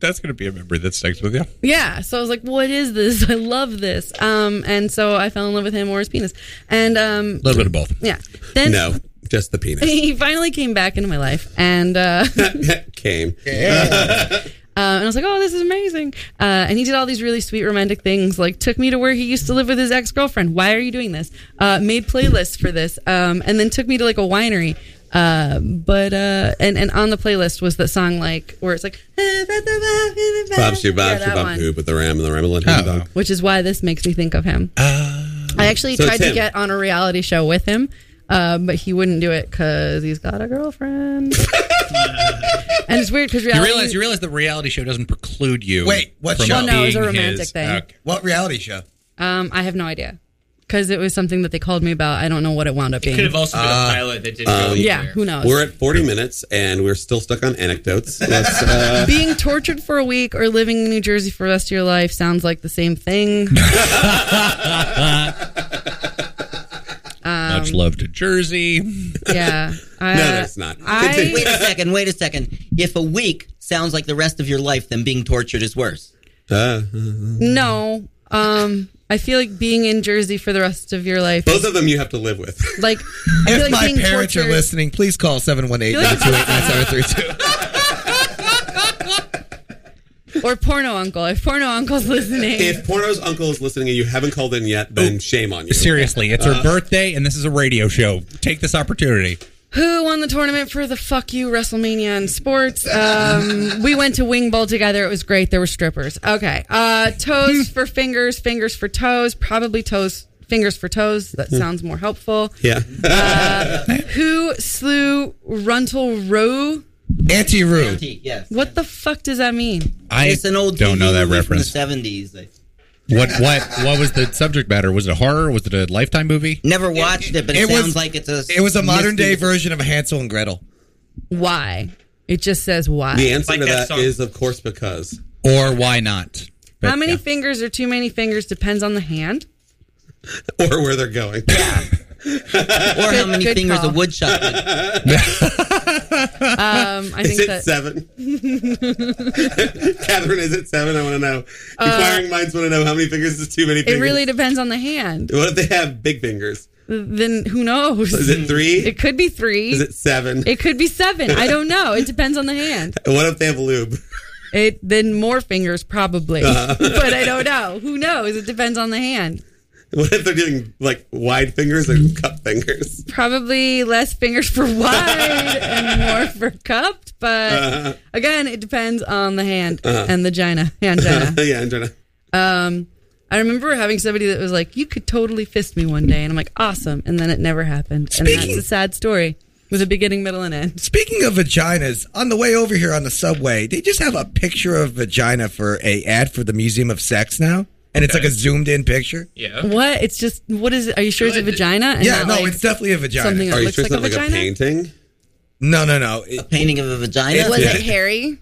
[SPEAKER 7] that's going to be a memory that sticks with you.
[SPEAKER 6] Yeah. So I was like, what is this? I love this. Um, and so I fell in love with him or his penis. And um,
[SPEAKER 5] little bit of both.
[SPEAKER 6] yeah. Then
[SPEAKER 5] no, just the penis.
[SPEAKER 6] he finally came back into my life. And, uh,
[SPEAKER 5] Came.
[SPEAKER 6] Uh, and I was like, oh, this is amazing. Uh, and he did all these really sweet romantic things, like took me to where he used to live with his ex girlfriend. Why are you doing this? Uh, made playlists for this. Um, and then took me to like a winery. Uh, but, uh, and, and on the playlist was that song, like, where it's like,
[SPEAKER 5] Bob shoe, Bob
[SPEAKER 6] Yeah, that
[SPEAKER 5] shoe, Bob
[SPEAKER 6] one.
[SPEAKER 5] who put the ram in the ramalama ding dong?
[SPEAKER 6] which is why this makes me think of him. I actually
[SPEAKER 20] So
[SPEAKER 6] tried to
[SPEAKER 20] Tim-
[SPEAKER 6] get on a reality show with him, um, but he wouldn't do it because he's got a girlfriend. and it's weird because
[SPEAKER 7] You
[SPEAKER 6] reality.
[SPEAKER 7] realize you realize the reality show doesn't preclude you.
[SPEAKER 6] Wait, what show? Well, no, it was a
[SPEAKER 7] being
[SPEAKER 6] romantic thing.
[SPEAKER 7] What reality show?
[SPEAKER 6] um, I have no idea because it was something that they called me about. I don't know what it wound up being.
[SPEAKER 5] Uh, um,
[SPEAKER 6] yeah, who knows?
[SPEAKER 5] We're at 40 minutes and we're still stuck on anecdotes. Let's, uh,
[SPEAKER 6] being tortured for a week or living in New Jersey for the rest of your life sounds like the same thing. Um,
[SPEAKER 7] Much love to Jersey.
[SPEAKER 6] Yeah.
[SPEAKER 14] No,
[SPEAKER 7] there's not.
[SPEAKER 6] I-
[SPEAKER 14] wait a second. Wait a second. If a week sounds like the rest of your life, then being tortured is worse.
[SPEAKER 6] No. Um, I feel like being in Jersey for the rest of your life.
[SPEAKER 5] both of them you have to live with.
[SPEAKER 6] Like, I feel
[SPEAKER 8] If
[SPEAKER 6] like
[SPEAKER 8] my
[SPEAKER 6] being
[SPEAKER 8] parents
[SPEAKER 6] tortured,
[SPEAKER 8] are listening, please call 718 928
[SPEAKER 6] or porno uncle. If porno uncle's listening,
[SPEAKER 5] If Porno's uncle is listening and you haven't called in yet, then shame on you.
[SPEAKER 7] Seriously, it's her
[SPEAKER 5] Uh,
[SPEAKER 7] birthday, and this is a radio show. Take this opportunity.
[SPEAKER 6] who won the tournament for the fuck you WrestleMania and sports? Um, we went to Wing Bowl together. It was great. There were strippers. Okay. Uh,
[SPEAKER 5] Hmm.
[SPEAKER 6] toes for fingers, fingers for toes. Probably toes, fingers for toes. That
[SPEAKER 5] Hmm.
[SPEAKER 6] sounds more helpful.
[SPEAKER 5] Yeah.
[SPEAKER 6] Who slew Runtle Roo?
[SPEAKER 8] Auntie Roo.
[SPEAKER 14] yes.
[SPEAKER 6] What the fuck does that mean?
[SPEAKER 7] I
[SPEAKER 14] it's an old
[SPEAKER 7] don't know that
[SPEAKER 14] movie from
[SPEAKER 7] reference.
[SPEAKER 14] the 70s.
[SPEAKER 7] What what what was the subject matter? Was it a horror? Was it a Lifetime movie?
[SPEAKER 14] Never watched it, but it, sounds like it's a.
[SPEAKER 8] It was a modern day version of Hansel and Gretel.
[SPEAKER 6] Why? It just says why.
[SPEAKER 5] The answer to that is, of course, because.
[SPEAKER 7] Or why not?
[SPEAKER 6] How many fingers or too many fingers depends on the hand.
[SPEAKER 5] Or where they're going.
[SPEAKER 14] or how
[SPEAKER 6] Good-
[SPEAKER 14] many
[SPEAKER 6] good
[SPEAKER 14] fingers
[SPEAKER 6] call.
[SPEAKER 14] a woodchuck
[SPEAKER 6] Um, I
[SPEAKER 5] Is
[SPEAKER 6] think
[SPEAKER 5] it
[SPEAKER 6] that
[SPEAKER 5] seven? Catherine, is it seven? I want to know.
[SPEAKER 6] Uh,
[SPEAKER 5] Inquiring minds want to know how many fingers is too many
[SPEAKER 6] it
[SPEAKER 5] fingers.
[SPEAKER 6] really depends on the hand.
[SPEAKER 5] what if they have big fingers?
[SPEAKER 6] Then who knows?
[SPEAKER 5] Is it three?
[SPEAKER 6] Hmm. It could be three.
[SPEAKER 5] Is it seven?
[SPEAKER 6] It could be seven. I don't know. It depends on the hand.
[SPEAKER 5] what if they have lube?
[SPEAKER 6] It then more fingers probably,
[SPEAKER 5] Uh.
[SPEAKER 6] but I don't know. Who knows? It depends on the hand.
[SPEAKER 5] What if they're doing like wide fingers and cup fingers?
[SPEAKER 6] Probably less fingers for wide and more for cupped, but
[SPEAKER 5] Uh-huh.
[SPEAKER 6] again, it depends on the hand
[SPEAKER 5] Uh-huh.
[SPEAKER 6] and the gina. Angina.
[SPEAKER 5] yeah, angina.
[SPEAKER 6] Um, I remember having somebody that was like, "You could totally fist me one day," and I'm like, "Awesome!" And then it never happened, and
[SPEAKER 8] Speaking-
[SPEAKER 6] that's a sad story with a beginning, middle, and end.
[SPEAKER 8] Speaking of vaginas, on the way over here on the subway, they just have a picture of vagina for a ad for the Museum of Sex now, and it's like a zoomed in picture.
[SPEAKER 21] Yeah.
[SPEAKER 6] What? It's just what is? it? Are you sure it's a vagina? and
[SPEAKER 8] yeah,
[SPEAKER 6] not,
[SPEAKER 8] no,
[SPEAKER 6] like,
[SPEAKER 8] it's definitely a vagina.
[SPEAKER 6] Something that looks like a vagina.
[SPEAKER 5] painting?
[SPEAKER 8] No, no, no. a
[SPEAKER 14] painting of a vagina.
[SPEAKER 6] was it hairy?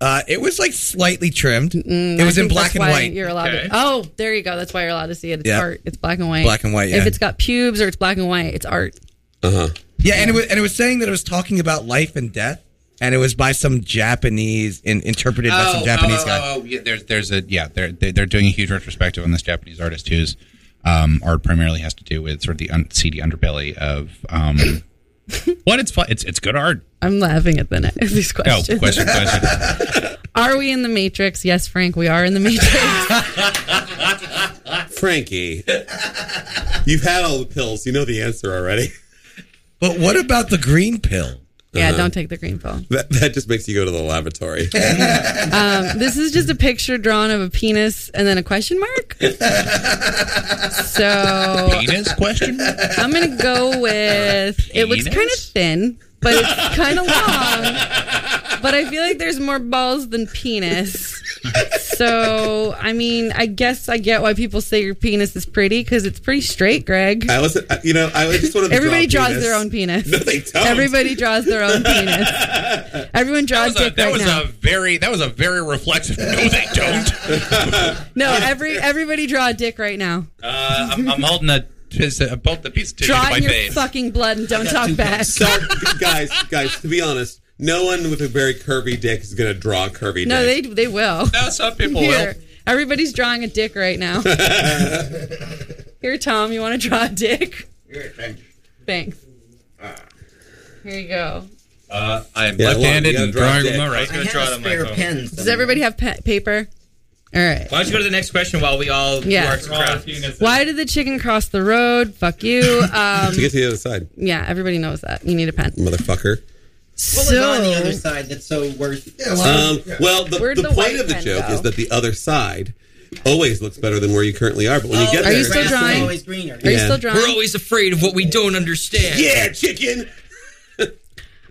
[SPEAKER 8] Uh, it was like slightly trimmed. it
[SPEAKER 6] I
[SPEAKER 8] was in
[SPEAKER 6] think
[SPEAKER 8] black
[SPEAKER 6] that's
[SPEAKER 8] and
[SPEAKER 6] why
[SPEAKER 8] white.
[SPEAKER 6] You're allowed to, oh, there you go. That's why you're allowed to see it. It's
[SPEAKER 8] Yeah.
[SPEAKER 6] art. It's black and white.
[SPEAKER 8] Black and white, yeah.
[SPEAKER 6] If it's got pubes or it's black and white, it's art.
[SPEAKER 5] Uh huh.
[SPEAKER 8] Yeah, and it was and it was saying that it was talking about life and death, and it was by some Japanese in, interpreted by some Japanese
[SPEAKER 7] oh,
[SPEAKER 8] guy.
[SPEAKER 7] Oh, yeah, there's there's a yeah they're they're they're doing a huge retrospective on this Japanese artist whose um, art primarily has to do with sort of the un- seedy underbelly of um, what it's fun it's it's good art.
[SPEAKER 6] I'm laughing at the net, at these questions.
[SPEAKER 7] Oh, question question.
[SPEAKER 6] Are we in the Matrix? Yes, Frank. We are in the Matrix.
[SPEAKER 5] Frankie, you've had all the pills. You know the answer already.
[SPEAKER 8] But what about the green pill?
[SPEAKER 6] yeah,
[SPEAKER 5] Uh-huh.
[SPEAKER 6] don't take the green pill.
[SPEAKER 5] That, that just makes you go to the lavatory.
[SPEAKER 6] Um, this is just a picture drawn of a penis and then a question mark. So
[SPEAKER 7] penis question?
[SPEAKER 6] I'm gonna go with it looks kind of thin, but it's kind of long. But I feel like there's more balls than penis. So I mean, I guess I get why people say your penis is pretty because it's pretty straight, Greg.
[SPEAKER 5] I wasn't, I- you know, I was just wanted to
[SPEAKER 6] Everybody
[SPEAKER 5] draw
[SPEAKER 6] draws
[SPEAKER 5] penis.
[SPEAKER 6] their own penis.
[SPEAKER 5] No, they don't.
[SPEAKER 6] Everybody draws their own penis. Everyone
[SPEAKER 7] That
[SPEAKER 6] draws
[SPEAKER 7] was, a,
[SPEAKER 6] dick
[SPEAKER 7] that
[SPEAKER 6] right
[SPEAKER 7] was
[SPEAKER 6] now.
[SPEAKER 7] a very that was a very reflexive. No, they don't.
[SPEAKER 6] No, every everybody draw a dick right now.
[SPEAKER 7] Uh, I'm, I'm holding a, tis- a, bolt- a piece of tissue
[SPEAKER 6] Draw
[SPEAKER 7] to my
[SPEAKER 6] in your
[SPEAKER 7] face.
[SPEAKER 6] fucking blood and don't talk back.
[SPEAKER 5] So, guys, guys, to be honest, no one with a very curvy dick is going to draw a curvy
[SPEAKER 6] No,
[SPEAKER 5] dick.
[SPEAKER 6] they they will.
[SPEAKER 7] No, some people
[SPEAKER 6] Here, everybody's drawing a dick right now. Here, Tom, you want to draw a dick? Thanks.
[SPEAKER 14] Ah.
[SPEAKER 6] Here you go.
[SPEAKER 7] Uh, I'm
[SPEAKER 21] Yeah,
[SPEAKER 7] left-handed
[SPEAKER 21] well, you gotta
[SPEAKER 7] and
[SPEAKER 21] draw
[SPEAKER 7] drawing
[SPEAKER 21] dick.
[SPEAKER 7] with my right.
[SPEAKER 21] I was gonna draw it on my phone.
[SPEAKER 6] Does everybody have pa- paper? All right.
[SPEAKER 21] Why don't you go to the next question while we all
[SPEAKER 6] Yeah.
[SPEAKER 21] work craft?
[SPEAKER 6] Why did the chicken cross the road? Fuck you. Um,
[SPEAKER 5] to get to the other side,
[SPEAKER 6] yeah, everybody knows that. You need a pen.
[SPEAKER 5] motherfucker.
[SPEAKER 14] What was on the
[SPEAKER 6] So-
[SPEAKER 14] other side that's so worth?
[SPEAKER 5] Um, well, the,
[SPEAKER 6] Where'd
[SPEAKER 5] the,
[SPEAKER 6] the
[SPEAKER 5] point
[SPEAKER 6] white
[SPEAKER 5] of the
[SPEAKER 6] pen
[SPEAKER 5] joke
[SPEAKER 6] go?
[SPEAKER 5] is that the other side always looks better than where you currently are. But when you get
[SPEAKER 22] Are
[SPEAKER 5] there,
[SPEAKER 22] you still
[SPEAKER 5] it's-
[SPEAKER 22] drawing? Always
[SPEAKER 14] greener.
[SPEAKER 5] Are you still
[SPEAKER 22] drawing? We're always
[SPEAKER 10] afraid of what we don't understand.
[SPEAKER 5] Yeah, chicken.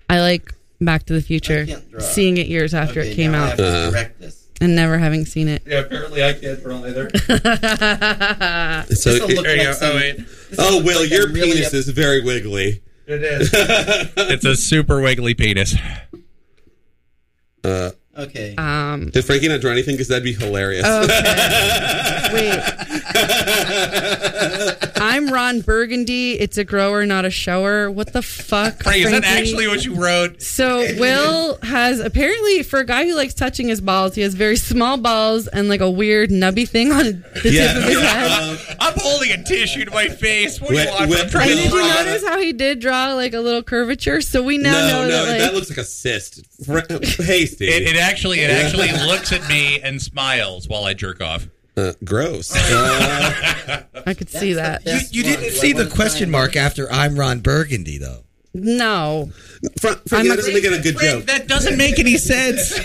[SPEAKER 6] I like Back to the Future, seeing it years after
[SPEAKER 14] Okay,
[SPEAKER 6] it came
[SPEAKER 14] now I
[SPEAKER 6] out,
[SPEAKER 14] have to Uh-huh. correct this.
[SPEAKER 6] and never having seen it.
[SPEAKER 14] Yeah, apparently I can't draw either.
[SPEAKER 5] So-
[SPEAKER 14] This'll look
[SPEAKER 5] There you go.
[SPEAKER 14] like some-
[SPEAKER 5] Oh, wait.
[SPEAKER 14] this'll
[SPEAKER 5] Oh,
[SPEAKER 14] look
[SPEAKER 5] Will,
[SPEAKER 14] like
[SPEAKER 5] your
[SPEAKER 14] I'm really
[SPEAKER 5] penis
[SPEAKER 14] up-
[SPEAKER 5] is very wiggly.
[SPEAKER 14] It is.
[SPEAKER 7] it's a super wiggly penis.
[SPEAKER 5] Uh,
[SPEAKER 14] Okay.
[SPEAKER 6] Um,
[SPEAKER 5] Did Frankie not draw anything? Because that'd be hilarious.
[SPEAKER 6] Oh, I'm Ron Burgundy. It's a grower, not a shower. What the fuck?
[SPEAKER 7] Frank, is that
[SPEAKER 6] Frankie?
[SPEAKER 7] actually what you wrote?
[SPEAKER 6] So Will has apparently for a guy who likes touching his balls, he has very small balls and like a weird nubby thing on the tip of his head.
[SPEAKER 7] Um, I'm holding a tissue to my face. What do
[SPEAKER 5] Wait,
[SPEAKER 7] you want?
[SPEAKER 5] wait,
[SPEAKER 7] I'm trying to
[SPEAKER 5] wait.
[SPEAKER 6] Did you
[SPEAKER 7] draw that.
[SPEAKER 6] notice how he did draw like a little curvature? So we now
[SPEAKER 5] no,
[SPEAKER 6] know
[SPEAKER 5] no,
[SPEAKER 6] that like
[SPEAKER 5] that looks like a cyst. Fr- hey, Steve.
[SPEAKER 7] It, it actually, it actually looks at me and smiles while I jerk off.
[SPEAKER 5] Uh, gross. Uh,
[SPEAKER 6] I could see that.
[SPEAKER 8] You, you didn't see the question mark after I'm Ron Burgundy, though.
[SPEAKER 6] No.
[SPEAKER 8] Frankie, that doesn't make it a good Frank, joke.
[SPEAKER 7] That doesn't make any sense.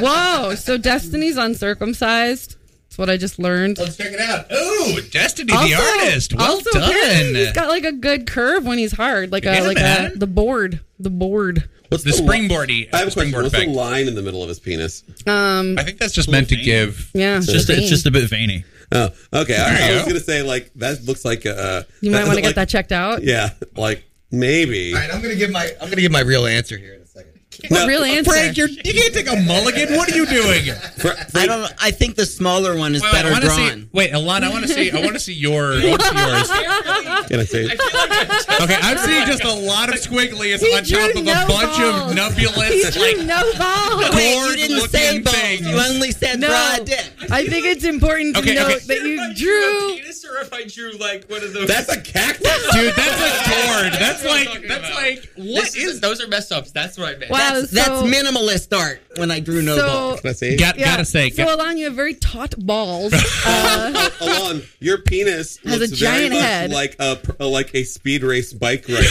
[SPEAKER 6] Whoa. So Destiny's uncircumcised. That's what I just learned. Let's
[SPEAKER 7] check it out. Ooh, Destiny the artist. Well
[SPEAKER 6] also apparently
[SPEAKER 7] done.
[SPEAKER 6] He's got like a good curve when he's hard. Like a
[SPEAKER 7] Yeah,
[SPEAKER 6] like
[SPEAKER 7] man.
[SPEAKER 6] a the board. The board.
[SPEAKER 5] What's
[SPEAKER 7] the springboardy?
[SPEAKER 5] I have a question. What's
[SPEAKER 7] effect.
[SPEAKER 5] the line in the middle of his penis?
[SPEAKER 6] Um
[SPEAKER 7] I think that's just meant to give.
[SPEAKER 6] Yeah.
[SPEAKER 7] It's just- it's just
[SPEAKER 23] a bit veiny.
[SPEAKER 5] Oh, okay. I- I,
[SPEAKER 7] There you
[SPEAKER 5] was
[SPEAKER 7] go.
[SPEAKER 5] gonna say like that looks like uh,
[SPEAKER 6] You might want to
[SPEAKER 5] like-
[SPEAKER 6] get that checked out.
[SPEAKER 5] Yeah, like maybe.
[SPEAKER 8] All right, I'm gonna give my I'm gonna give my real answer here in a second.
[SPEAKER 6] What real answer?
[SPEAKER 7] Frank, you're, you can't take a mulligan. What are you doing?
[SPEAKER 14] I don't. I think the smaller one is better
[SPEAKER 7] wanna see-
[SPEAKER 14] drawn.
[SPEAKER 7] wait, Alon, I want to see. I want to see your. I wanna see yours.
[SPEAKER 5] Can I say?
[SPEAKER 7] Okay, I'm seeing just a lot of squiggly's on top of a bunch of
[SPEAKER 6] He
[SPEAKER 7] nubulous,
[SPEAKER 6] drew
[SPEAKER 7] like
[SPEAKER 6] no balls.
[SPEAKER 7] Wait, you didn't gourd-looking say balls. things. You
[SPEAKER 14] only said
[SPEAKER 6] no.
[SPEAKER 14] broad
[SPEAKER 6] I think it's important to
[SPEAKER 7] Okay,
[SPEAKER 6] note
[SPEAKER 7] okay.
[SPEAKER 6] that you drew.
[SPEAKER 24] penis or if I drew like one of those.
[SPEAKER 5] That's a cactus,
[SPEAKER 7] dude. That's a gourd. That's
[SPEAKER 24] what I'm
[SPEAKER 7] like
[SPEAKER 24] talking
[SPEAKER 7] that's
[SPEAKER 24] about.
[SPEAKER 7] like what
[SPEAKER 24] This is- those are mess ups. That's what I meant.
[SPEAKER 6] Wow,
[SPEAKER 14] that's, that's
[SPEAKER 6] so-
[SPEAKER 14] minimalist art. When I drew no
[SPEAKER 6] So-
[SPEAKER 14] balls.
[SPEAKER 5] Can I say?
[SPEAKER 7] Got, gotta say,
[SPEAKER 6] So,
[SPEAKER 7] got-
[SPEAKER 6] Alon, you have very taut balls. Uh,
[SPEAKER 5] Alon, your penis
[SPEAKER 6] Has a
[SPEAKER 5] looks
[SPEAKER 6] giant
[SPEAKER 5] very much
[SPEAKER 6] head.
[SPEAKER 5] like a pr- uh, like a speed race bike rider.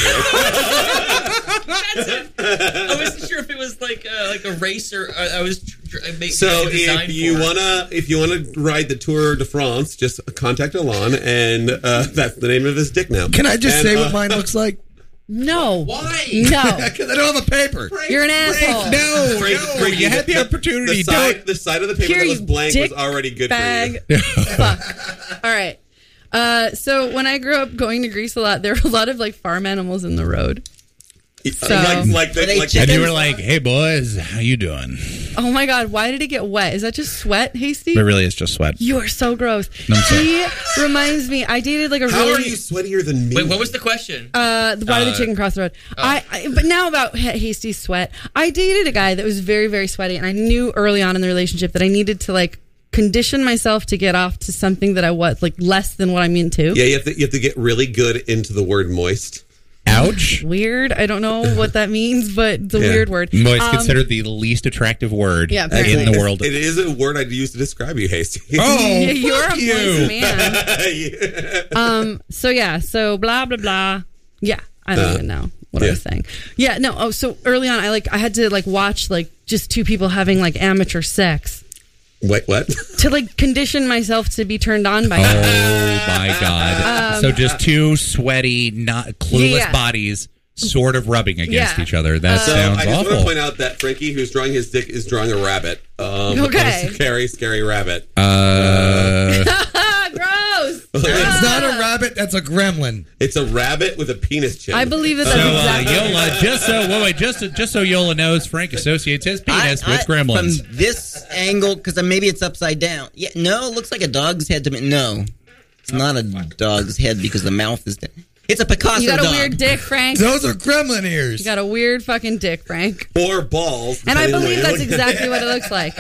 [SPEAKER 24] I wasn't sure if it was like uh, like a racer. uh, I, I was tr- tr- making
[SPEAKER 5] so if you wanna if you wanna ride the Tour de France, just contact Alon, and uh, that's the name of his dick now.
[SPEAKER 8] Can I just
[SPEAKER 5] And,
[SPEAKER 8] say
[SPEAKER 5] uh,
[SPEAKER 8] what mine looks like?
[SPEAKER 6] no.
[SPEAKER 24] Why?
[SPEAKER 6] No.
[SPEAKER 8] Because I don't have a paper.
[SPEAKER 6] You're an asshole.
[SPEAKER 7] no,
[SPEAKER 5] Frank-
[SPEAKER 7] no,
[SPEAKER 5] Frankie,
[SPEAKER 7] you had the, opportunity. do
[SPEAKER 5] The side,
[SPEAKER 7] it.
[SPEAKER 5] the side of the paper
[SPEAKER 6] Here,
[SPEAKER 5] that was
[SPEAKER 6] you
[SPEAKER 5] blank was
[SPEAKER 6] dick
[SPEAKER 5] already good for you.
[SPEAKER 6] bag. Fuck. All right. Uh, so when I grew up going to Greece a lot, there were a lot of like farm animals in the road. So-
[SPEAKER 5] Like, like, the-
[SPEAKER 14] Are they
[SPEAKER 5] like
[SPEAKER 7] And
[SPEAKER 14] chicken?
[SPEAKER 7] you were like, "Hey boys, how you doing?"
[SPEAKER 6] Oh my god, why did it get wet? Is that just sweat, Hasty?
[SPEAKER 7] It really is just sweat.
[SPEAKER 6] You are so gross.
[SPEAKER 7] I'm sorry.
[SPEAKER 6] He reminds me. I dated like a
[SPEAKER 5] how are
[SPEAKER 6] really
[SPEAKER 5] you sweatier than me?
[SPEAKER 24] Wait, what was the question?
[SPEAKER 6] Uh, the- why did
[SPEAKER 24] Uh,
[SPEAKER 6] the chicken cross the road?
[SPEAKER 5] oh.
[SPEAKER 6] I, I but now about ha- hasty sweat. I dated a guy that was very very sweaty, and I knew early on in the relationship that I needed to like condition myself to get off to something that I was like less than what I'm into.
[SPEAKER 5] yeah, you have to you have to get really good into the word moist.
[SPEAKER 7] Ouch.
[SPEAKER 6] Weird. I don't know what that means, but it's a
[SPEAKER 5] Yeah.
[SPEAKER 6] weird word.
[SPEAKER 7] Moist
[SPEAKER 6] Um,
[SPEAKER 7] considered the least attractive word
[SPEAKER 6] Yeah, apparently.
[SPEAKER 7] in the world.
[SPEAKER 5] It is a word I'd use to describe you, Hasty.
[SPEAKER 7] oh,
[SPEAKER 6] yeah, you're a
[SPEAKER 7] fuck you.
[SPEAKER 6] moist man.
[SPEAKER 5] Yeah.
[SPEAKER 6] Um. So yeah. So blah blah blah. Yeah. I don't even know what I was
[SPEAKER 5] yeah.
[SPEAKER 6] saying. Yeah. No. Oh. So early on, I like I had to like watch like just two people having like amateur sex.
[SPEAKER 5] Wait, what?
[SPEAKER 6] to like condition myself to be turned on by
[SPEAKER 7] Oh
[SPEAKER 6] him.
[SPEAKER 7] my god! so just two sweaty, not clueless
[SPEAKER 6] um, Yeah.
[SPEAKER 7] bodies, sort of rubbing against
[SPEAKER 6] Yeah.
[SPEAKER 7] each other. That
[SPEAKER 5] So
[SPEAKER 7] sounds
[SPEAKER 5] I just want to point
[SPEAKER 7] awful.
[SPEAKER 5] out that Frankie, who's drawing his dick, is drawing a rabbit. Um,
[SPEAKER 6] Okay.
[SPEAKER 5] a Scary, scary rabbit.
[SPEAKER 7] uh,
[SPEAKER 6] Ah, Gross.
[SPEAKER 8] It's not
[SPEAKER 6] Ah.
[SPEAKER 8] a rabbit. That's a gremlin.
[SPEAKER 5] It's a rabbit with a penis chin.
[SPEAKER 6] I believe that
[SPEAKER 7] so
[SPEAKER 6] that's
[SPEAKER 7] uh,
[SPEAKER 6] exactly.
[SPEAKER 7] Yola, just so wait, wait, just so, just so Yola knows, Frank associates his penis
[SPEAKER 14] I-
[SPEAKER 7] with
[SPEAKER 14] I-
[SPEAKER 7] gremlins.
[SPEAKER 14] From this angle, because maybe it's upside down. Yeah, no, it looks like a dog's head to me. No, it's not a dog's head because the mouth is down. It's a Picasso
[SPEAKER 6] you got a
[SPEAKER 14] dog.
[SPEAKER 6] weird dick, Frank. You
[SPEAKER 8] Those are gremlin ears.
[SPEAKER 6] got a weird fucking dick, Frank.
[SPEAKER 5] or balls.
[SPEAKER 6] And I
[SPEAKER 5] depending on
[SPEAKER 6] believe
[SPEAKER 5] where
[SPEAKER 6] that's
[SPEAKER 5] you look.
[SPEAKER 6] exactly what it looks like.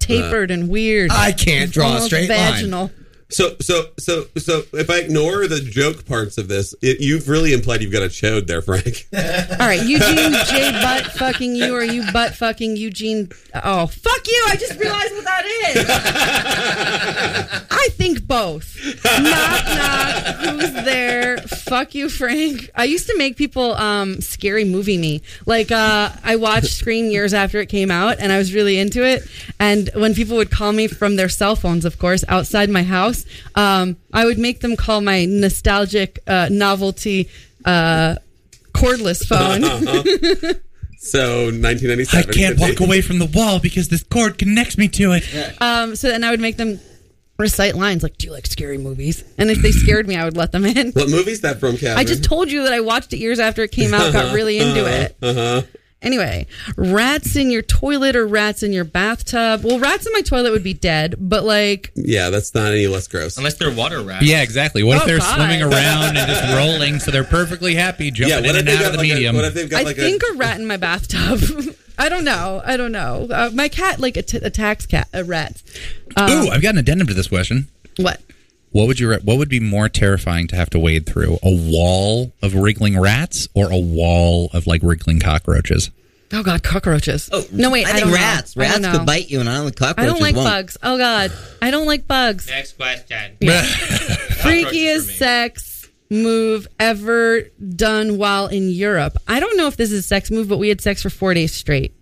[SPEAKER 6] Tapered and weird.
[SPEAKER 8] I can't draw a
[SPEAKER 6] Almost
[SPEAKER 8] straight line.
[SPEAKER 6] vaginal.
[SPEAKER 5] So so so so if I ignore the joke parts of this, it, you've really implied you've got a chode there, Frank.
[SPEAKER 6] All right, Eugene J. Butt fucking you, or you butt fucking Eugene. Oh, fuck you! I just realized what that is. I think both. Knock knock. Who's there? Fuck you, Frank. I used to make people um, scary movie me. Like uh, I watched Scream years after it came out, and I was really into it. And when people would call me from their cell phones, of course, outside my house, um, I would make them call my nostalgic uh, novelty. Uh, cordless phone.
[SPEAKER 5] So 1997.
[SPEAKER 7] I can't walk away from the wall because this cord connects me to it.
[SPEAKER 6] um, so then I would make them recite lines like, "Do you like scary movies?" And if they scared me, I would let them in.
[SPEAKER 5] What movie's that from, Catherine?
[SPEAKER 6] I just told you that I watched it years after it came out, got really into it.
[SPEAKER 5] Uh-huh.
[SPEAKER 6] Anyway, rats in your toilet or rats in your bathtub. Well, rats in my toilet would be dead, but like,
[SPEAKER 5] Yeah, that's not any less gross.
[SPEAKER 12] Unless they're water rats.
[SPEAKER 7] Yeah, exactly. What
[SPEAKER 6] Oh,
[SPEAKER 7] if they're
[SPEAKER 6] God.
[SPEAKER 7] swimming around and just rolling so they're perfectly happy
[SPEAKER 5] Yeah,
[SPEAKER 7] jumping
[SPEAKER 5] what if
[SPEAKER 7] in and
[SPEAKER 5] they
[SPEAKER 7] out
[SPEAKER 5] got
[SPEAKER 7] of the
[SPEAKER 5] like a-
[SPEAKER 7] medium?
[SPEAKER 5] what if they've got
[SPEAKER 6] I
[SPEAKER 5] like a
[SPEAKER 6] think a rat in my bathtub. I don't know. I don't know. Uh, my cat like att- attacks cat uh, rats. Um,
[SPEAKER 7] Ooh, I've got an addendum to this question.
[SPEAKER 6] What?
[SPEAKER 7] What would you re- what would be more terrifying to have to wade through? A wall of wriggling rats or a wall of like wriggling cockroaches?
[SPEAKER 6] Oh God, cockroaches. Oh no, wait.
[SPEAKER 14] I
[SPEAKER 6] I,
[SPEAKER 14] think
[SPEAKER 6] don't know.
[SPEAKER 14] rats-
[SPEAKER 6] I don't
[SPEAKER 14] rats
[SPEAKER 6] know.
[SPEAKER 14] could bite you, and I don't-
[SPEAKER 6] I don't
[SPEAKER 14] cockroaches
[SPEAKER 6] like
[SPEAKER 14] won't.
[SPEAKER 6] bugs. Oh God, I don't like bugs.
[SPEAKER 1] Next question.
[SPEAKER 6] Freaky as sex move ever done while in Europe. I don't know if this is a sex move, but we had sex for four days straight.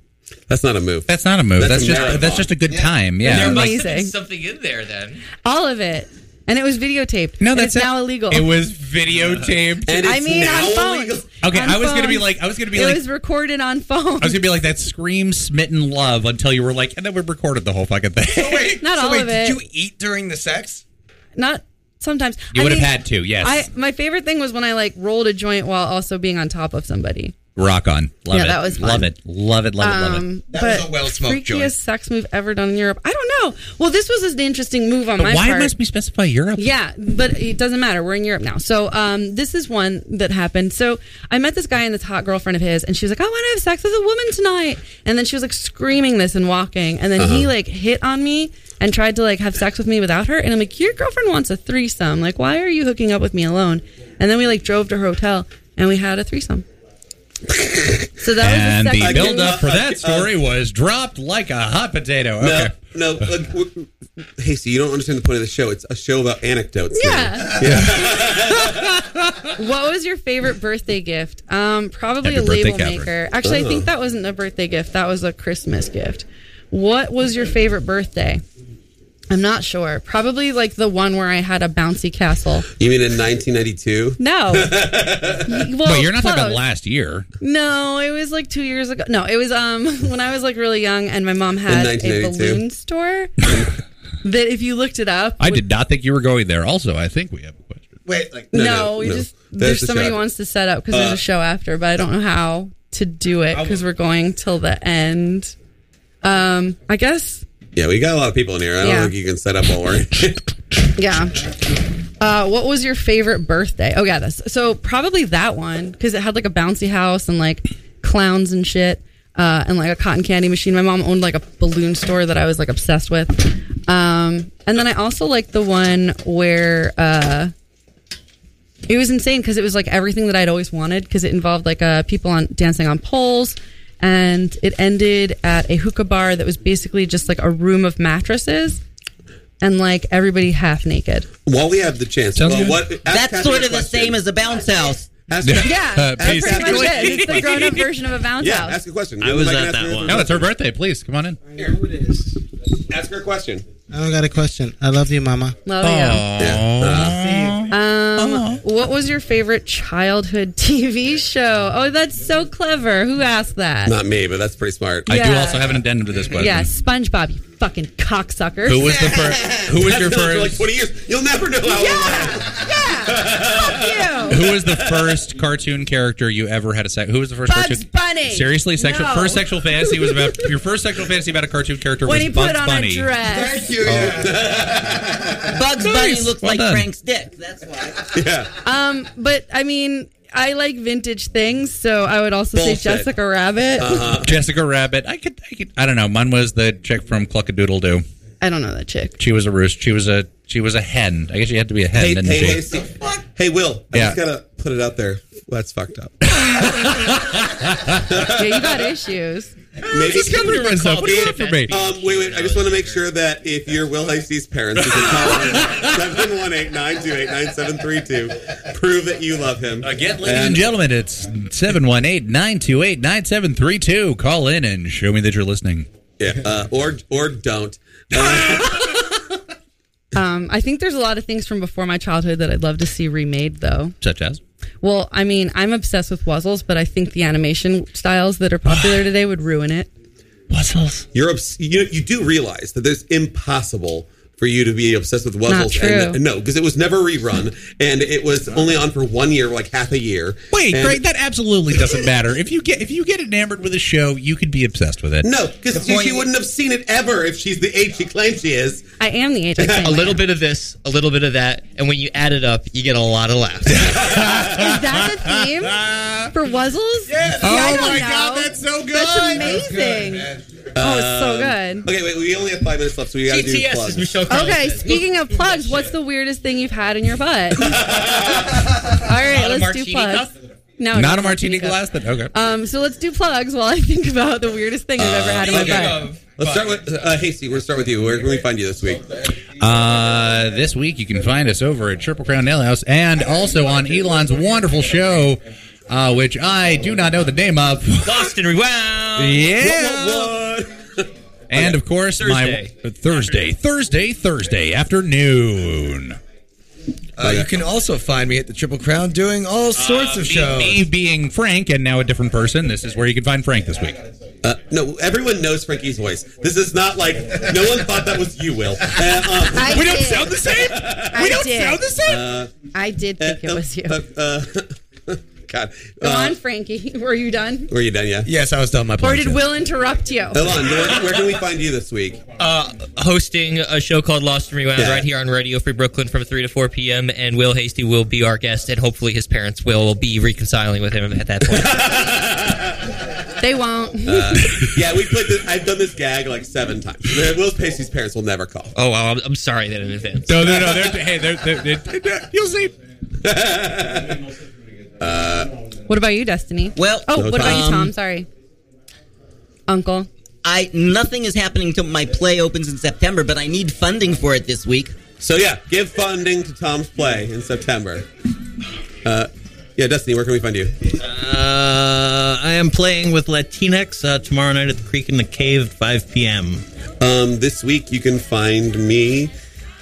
[SPEAKER 5] That's not a move.
[SPEAKER 7] That's not a move.
[SPEAKER 5] That's
[SPEAKER 7] That's,
[SPEAKER 5] a
[SPEAKER 7] just
[SPEAKER 5] marathon.
[SPEAKER 7] that's just a good time. Yeah.
[SPEAKER 12] There
[SPEAKER 7] Like,
[SPEAKER 12] must have been
[SPEAKER 6] Amazing.
[SPEAKER 12] something in there then.
[SPEAKER 6] All of it, and it was videotaped.
[SPEAKER 7] no,
[SPEAKER 6] And
[SPEAKER 7] that's
[SPEAKER 6] it's
[SPEAKER 7] it.
[SPEAKER 6] now illegal.
[SPEAKER 7] It was videotaped.
[SPEAKER 6] I mean, on phones.
[SPEAKER 7] Okay,
[SPEAKER 6] On
[SPEAKER 7] I was gonna be
[SPEAKER 6] phones.
[SPEAKER 7] like- I was gonna be
[SPEAKER 6] It
[SPEAKER 7] like-
[SPEAKER 6] was recorded on phone.
[SPEAKER 7] I was gonna be like that scream smitten love until you were like, and then we recorded the whole fucking thing.
[SPEAKER 6] Not all of it.
[SPEAKER 7] eat during the sex?
[SPEAKER 6] Not sometimes.
[SPEAKER 7] You
[SPEAKER 6] I
[SPEAKER 7] would have
[SPEAKER 6] mean,
[SPEAKER 7] had to, yes.
[SPEAKER 6] I my favorite thing was when I like rolled a joint while also being on top of somebody.
[SPEAKER 7] Rock on. Love
[SPEAKER 6] Yeah,
[SPEAKER 7] it.
[SPEAKER 6] that was fun.
[SPEAKER 7] Love it. Love it. Love it. Love
[SPEAKER 6] Um,
[SPEAKER 7] it.
[SPEAKER 6] That was but a
[SPEAKER 7] well-smoked
[SPEAKER 6] freakiest sex move ever done in Europe. I don't know. Well, this was an interesting move on my
[SPEAKER 7] why
[SPEAKER 6] part.
[SPEAKER 7] must we specify Europe?
[SPEAKER 6] yeah, but it doesn't matter. We're in Europe now. So um, this is one that happened. So I met this guy and this hot girlfriend of his, and she was like, "I want to have sex with a woman tonight." And then she was like screaming this and walking, and then he
[SPEAKER 2] Uh-huh.
[SPEAKER 6] like hit on me and tried to like have sex with me without her. And I'm like, "Your girlfriend wants a threesome. Like, why are you hooking up with me alone?" And then we like drove to her hotel and we had a threesome. so that
[SPEAKER 7] And
[SPEAKER 6] was a sex
[SPEAKER 7] the
[SPEAKER 6] move.
[SPEAKER 7] build up for that story was dropped like a hot potato. Okay.
[SPEAKER 5] No, no. Look, w- w- Hasty, you don't understand the point of the show. It's a show about anecdotes.
[SPEAKER 6] Yeah. what was your favorite birthday gift? Um, probably
[SPEAKER 5] Happy
[SPEAKER 6] a
[SPEAKER 5] birthday,
[SPEAKER 6] label
[SPEAKER 5] Catherine.
[SPEAKER 6] maker. Actually, I
[SPEAKER 5] Oh.
[SPEAKER 6] think that wasn't a birthday gift. That was a Christmas gift. What was your favorite birthday? I'm not sure. Probably like the one where I had a bouncy castle.
[SPEAKER 5] You mean in 1992?
[SPEAKER 6] No. Y- well,
[SPEAKER 7] Wait, you're not talking about
[SPEAKER 6] close.
[SPEAKER 7] last year.
[SPEAKER 6] No, it was like two years ago. No, it was um when I was like really young and my mom had a
[SPEAKER 7] 1982.
[SPEAKER 6] balloon store that if you looked it up
[SPEAKER 7] I did not think you were going there. Also, I think we have a question.
[SPEAKER 6] Wait, like
[SPEAKER 7] no,
[SPEAKER 6] no,
[SPEAKER 7] no,
[SPEAKER 6] we
[SPEAKER 7] no.
[SPEAKER 6] just
[SPEAKER 7] There's
[SPEAKER 6] there's,
[SPEAKER 7] the
[SPEAKER 6] somebody
[SPEAKER 7] shot.
[SPEAKER 6] who wants to set up because there's
[SPEAKER 7] Uh,
[SPEAKER 6] a show after, but I don't know how to do it because we're going till the end. Um, I guess
[SPEAKER 5] Yeah, we got a lot of people in here. I don't
[SPEAKER 6] Yeah.
[SPEAKER 5] think you can set up all our.
[SPEAKER 6] yeah. Uh, what was your favorite birthday? Oh yeah, that's so probably that one because it had like a bouncy house and like clowns and shit. Uh, and like a cotton candy machine. My mom owned like a balloon store that I was like obsessed with. Um, and then I also liked the one where uh, It was insane because it was like everything that I'd always wanted because it involved like uh, people on dancing on poles, and it ended at a hookah bar that was basically just like a room of mattresses, and like everybody half naked.
[SPEAKER 5] While we have the chance,
[SPEAKER 14] Sounds
[SPEAKER 5] well,
[SPEAKER 14] good.
[SPEAKER 5] what, ask
[SPEAKER 14] That's
[SPEAKER 5] Catherine
[SPEAKER 14] sort
[SPEAKER 5] a
[SPEAKER 14] of the
[SPEAKER 5] question.
[SPEAKER 14] same as a bounce house.
[SPEAKER 5] Ask
[SPEAKER 7] Yeah.
[SPEAKER 5] Catherine-
[SPEAKER 7] Yeah, Uh, that's basically. pretty much it.
[SPEAKER 6] It's the grown-up version of a bounce
[SPEAKER 5] yeah,
[SPEAKER 6] house.
[SPEAKER 5] ask a question.
[SPEAKER 7] I was at that one. No, it's her birthday. Please come on in.
[SPEAKER 5] Ask her a question.
[SPEAKER 25] I got a question. I love you, Mama.
[SPEAKER 6] Love you.
[SPEAKER 7] Oh.
[SPEAKER 5] Uh,
[SPEAKER 6] Um,
[SPEAKER 7] Uh-huh.
[SPEAKER 6] What was your favorite childhood TV show? Oh, that's so clever. Who asked that?
[SPEAKER 5] Not me, but that's pretty smart.
[SPEAKER 7] I do
[SPEAKER 6] Yeah.
[SPEAKER 7] also have an addendum to this question.
[SPEAKER 6] yeah, SpongeBob. You fucking cocksucker.
[SPEAKER 7] Who was the first? Who was your
[SPEAKER 5] That's been
[SPEAKER 7] first?
[SPEAKER 5] for like 20 years. You'll never know how
[SPEAKER 7] Who was the first cartoon character you ever had a sex? Who was the first
[SPEAKER 6] Bugs
[SPEAKER 7] cartoon?
[SPEAKER 6] Bunny.
[SPEAKER 7] Seriously, sexual
[SPEAKER 6] No.
[SPEAKER 7] first sexual fantasy was about your first sexual fantasy about a cartoon character
[SPEAKER 6] when
[SPEAKER 7] was
[SPEAKER 6] he
[SPEAKER 7] Bugs
[SPEAKER 6] put on
[SPEAKER 7] Bunny.
[SPEAKER 6] a dress.
[SPEAKER 7] Thank you,
[SPEAKER 14] Bugs Bunny
[SPEAKER 7] Nice.
[SPEAKER 14] looks
[SPEAKER 7] Well
[SPEAKER 14] like
[SPEAKER 7] done.
[SPEAKER 14] Frank's dick. That's
[SPEAKER 5] Oh,
[SPEAKER 6] Um, but I mean, I like vintage things, so I would also
[SPEAKER 7] Bullshit. Uh-huh.
[SPEAKER 6] say Jessica Rabbit.
[SPEAKER 7] Jessica Rabbit. I could, I could. I don't know. Mine was the chick from Cluck a Doodle Doo.
[SPEAKER 6] I don't know that chick.
[SPEAKER 7] She was a roost. She was a. She was a hen. I guess she had to be a hen,
[SPEAKER 5] Hey,
[SPEAKER 7] didn't
[SPEAKER 5] hey,
[SPEAKER 7] she?
[SPEAKER 5] hey, Steve. Hey, Will. I
[SPEAKER 7] Yeah.
[SPEAKER 5] just gotta put it out there. That's fucked up.
[SPEAKER 6] yeah, you got issues.
[SPEAKER 5] Maybe
[SPEAKER 6] He's covering himself. What do you want from me?
[SPEAKER 5] Um, wait, wait. I just want to make sure that if you're Will Heisey's parents, you can call 718 928 9732. Prove that you love him.
[SPEAKER 7] Uh,
[SPEAKER 5] Again,
[SPEAKER 7] Ladies and gentlemen, it's 718 928 9732. Call in and show me that you're listening.
[SPEAKER 5] Yeah, uh, or or don't. Uh,
[SPEAKER 6] Um, I think there's a lot of things from before my childhood that I'd love to see remade, though.
[SPEAKER 7] Such as?
[SPEAKER 6] Well, I mean, I'm obsessed with Wuzzles, but I think the animation styles that are popular today would ruin it.
[SPEAKER 7] Wuzzles.
[SPEAKER 5] You're obs- you, you do realize that there's impossible for you to be obsessed with Wuzzles.
[SPEAKER 6] Not
[SPEAKER 5] And,
[SPEAKER 6] true.
[SPEAKER 5] no, because it was never rerun, and it was only on for one year, like half a year.
[SPEAKER 7] Wait,
[SPEAKER 5] and
[SPEAKER 7] Greg, that absolutely doesn't matter. If you get if you get enamored with a show, you could be obsessed with it.
[SPEAKER 5] No, because she, she wouldn't have seen it ever if she's the age she claims she is.
[SPEAKER 6] I am the age. I claim
[SPEAKER 10] a
[SPEAKER 6] I
[SPEAKER 10] little
[SPEAKER 6] am.
[SPEAKER 10] bit of this, a little bit of that, and when you add it up, you get a lot of laughs.
[SPEAKER 6] Is that the theme for Wuzzles? Yes.
[SPEAKER 10] Oh
[SPEAKER 5] my
[SPEAKER 26] God,
[SPEAKER 5] that's so good.
[SPEAKER 6] That's
[SPEAKER 5] That's
[SPEAKER 6] amazing.
[SPEAKER 5] good,
[SPEAKER 6] oh, it's so
[SPEAKER 5] Um,
[SPEAKER 6] good.
[SPEAKER 5] Okay, wait, we only have five minutes left, so we gotta do
[SPEAKER 10] GTS is
[SPEAKER 5] plugs.
[SPEAKER 10] Michelle
[SPEAKER 6] Okay, speaking of plugs, what's the weirdest thing you've had in your butt? All right,
[SPEAKER 7] Not a
[SPEAKER 6] let's
[SPEAKER 7] martini
[SPEAKER 6] do plugs. No,
[SPEAKER 7] Not
[SPEAKER 6] no
[SPEAKER 7] a martini
[SPEAKER 6] cup.
[SPEAKER 7] glass? Then- okay.
[SPEAKER 6] Um, so let's do plugs while I think about the weirdest thing I've ever had in my
[SPEAKER 5] Uh, Okay.
[SPEAKER 6] butt.
[SPEAKER 5] Let's start with uh, Hasty. We're gonna start with you. Where can we find you this week?
[SPEAKER 7] Uh, this week you can find us over at Triple Crown Ale House and also on Elon's wonderful show, uh, which I do not know the name of.
[SPEAKER 10] Boston Rewound.
[SPEAKER 7] yeah. And of course, my Thursday, Thursday, Thursday afternoon.
[SPEAKER 8] Uh, you can also find me at the Triple Crown doing
[SPEAKER 12] Uh,
[SPEAKER 8] all sorts of shows.
[SPEAKER 7] Uh, Me being Frank and now a different person. This is where you can find Frank this week.
[SPEAKER 5] Uh, no, everyone knows Frankie's voice. This is not like no one thought that was you, Will. Uh, um,
[SPEAKER 26] I We don't did.
[SPEAKER 8] Oh,
[SPEAKER 5] sound the same.
[SPEAKER 26] I don't did. sound the same?
[SPEAKER 5] Uh,
[SPEAKER 6] I did think it was you.
[SPEAKER 5] uh, uh, God,
[SPEAKER 6] Go
[SPEAKER 5] Uh,
[SPEAKER 6] on, Frankie. Were you done?
[SPEAKER 5] were you done? Yeah.
[SPEAKER 8] Yes, I was done. My
[SPEAKER 6] Or did Will interrupt you?
[SPEAKER 5] Elon, where, where can we find you this week?
[SPEAKER 10] Uh, hosting a show called Lost and Rewound right here on Radio Free Brooklyn from 3 to 4 p.m. And Will Hasty will be our guest, and hopefully his parents will be reconciling with him at that point.
[SPEAKER 6] They won't.
[SPEAKER 5] Uh, yeah, we played. This, I've done this gag like seven times. Will Pacey's parents will never call.
[SPEAKER 10] oh, well, I'm, I'm sorry that in advance.
[SPEAKER 7] No, no, no. They're, hey, they're, they're, you'll see.
[SPEAKER 6] What about you, Destiny?
[SPEAKER 14] Well,
[SPEAKER 6] oh, what about you,
[SPEAKER 14] um,
[SPEAKER 6] Tom? Sorry, Uncle.
[SPEAKER 14] I nothing is happening until my play opens in September, but I need funding for it this week.
[SPEAKER 5] So yeah, give funding to Tom's play in September. Uh, yeah, Destiny, where can we find you?
[SPEAKER 27] Uh, I am playing with Latinx uh, tomorrow night at the Creek in the Cave at 5 p.m.
[SPEAKER 5] Um, this week you can find me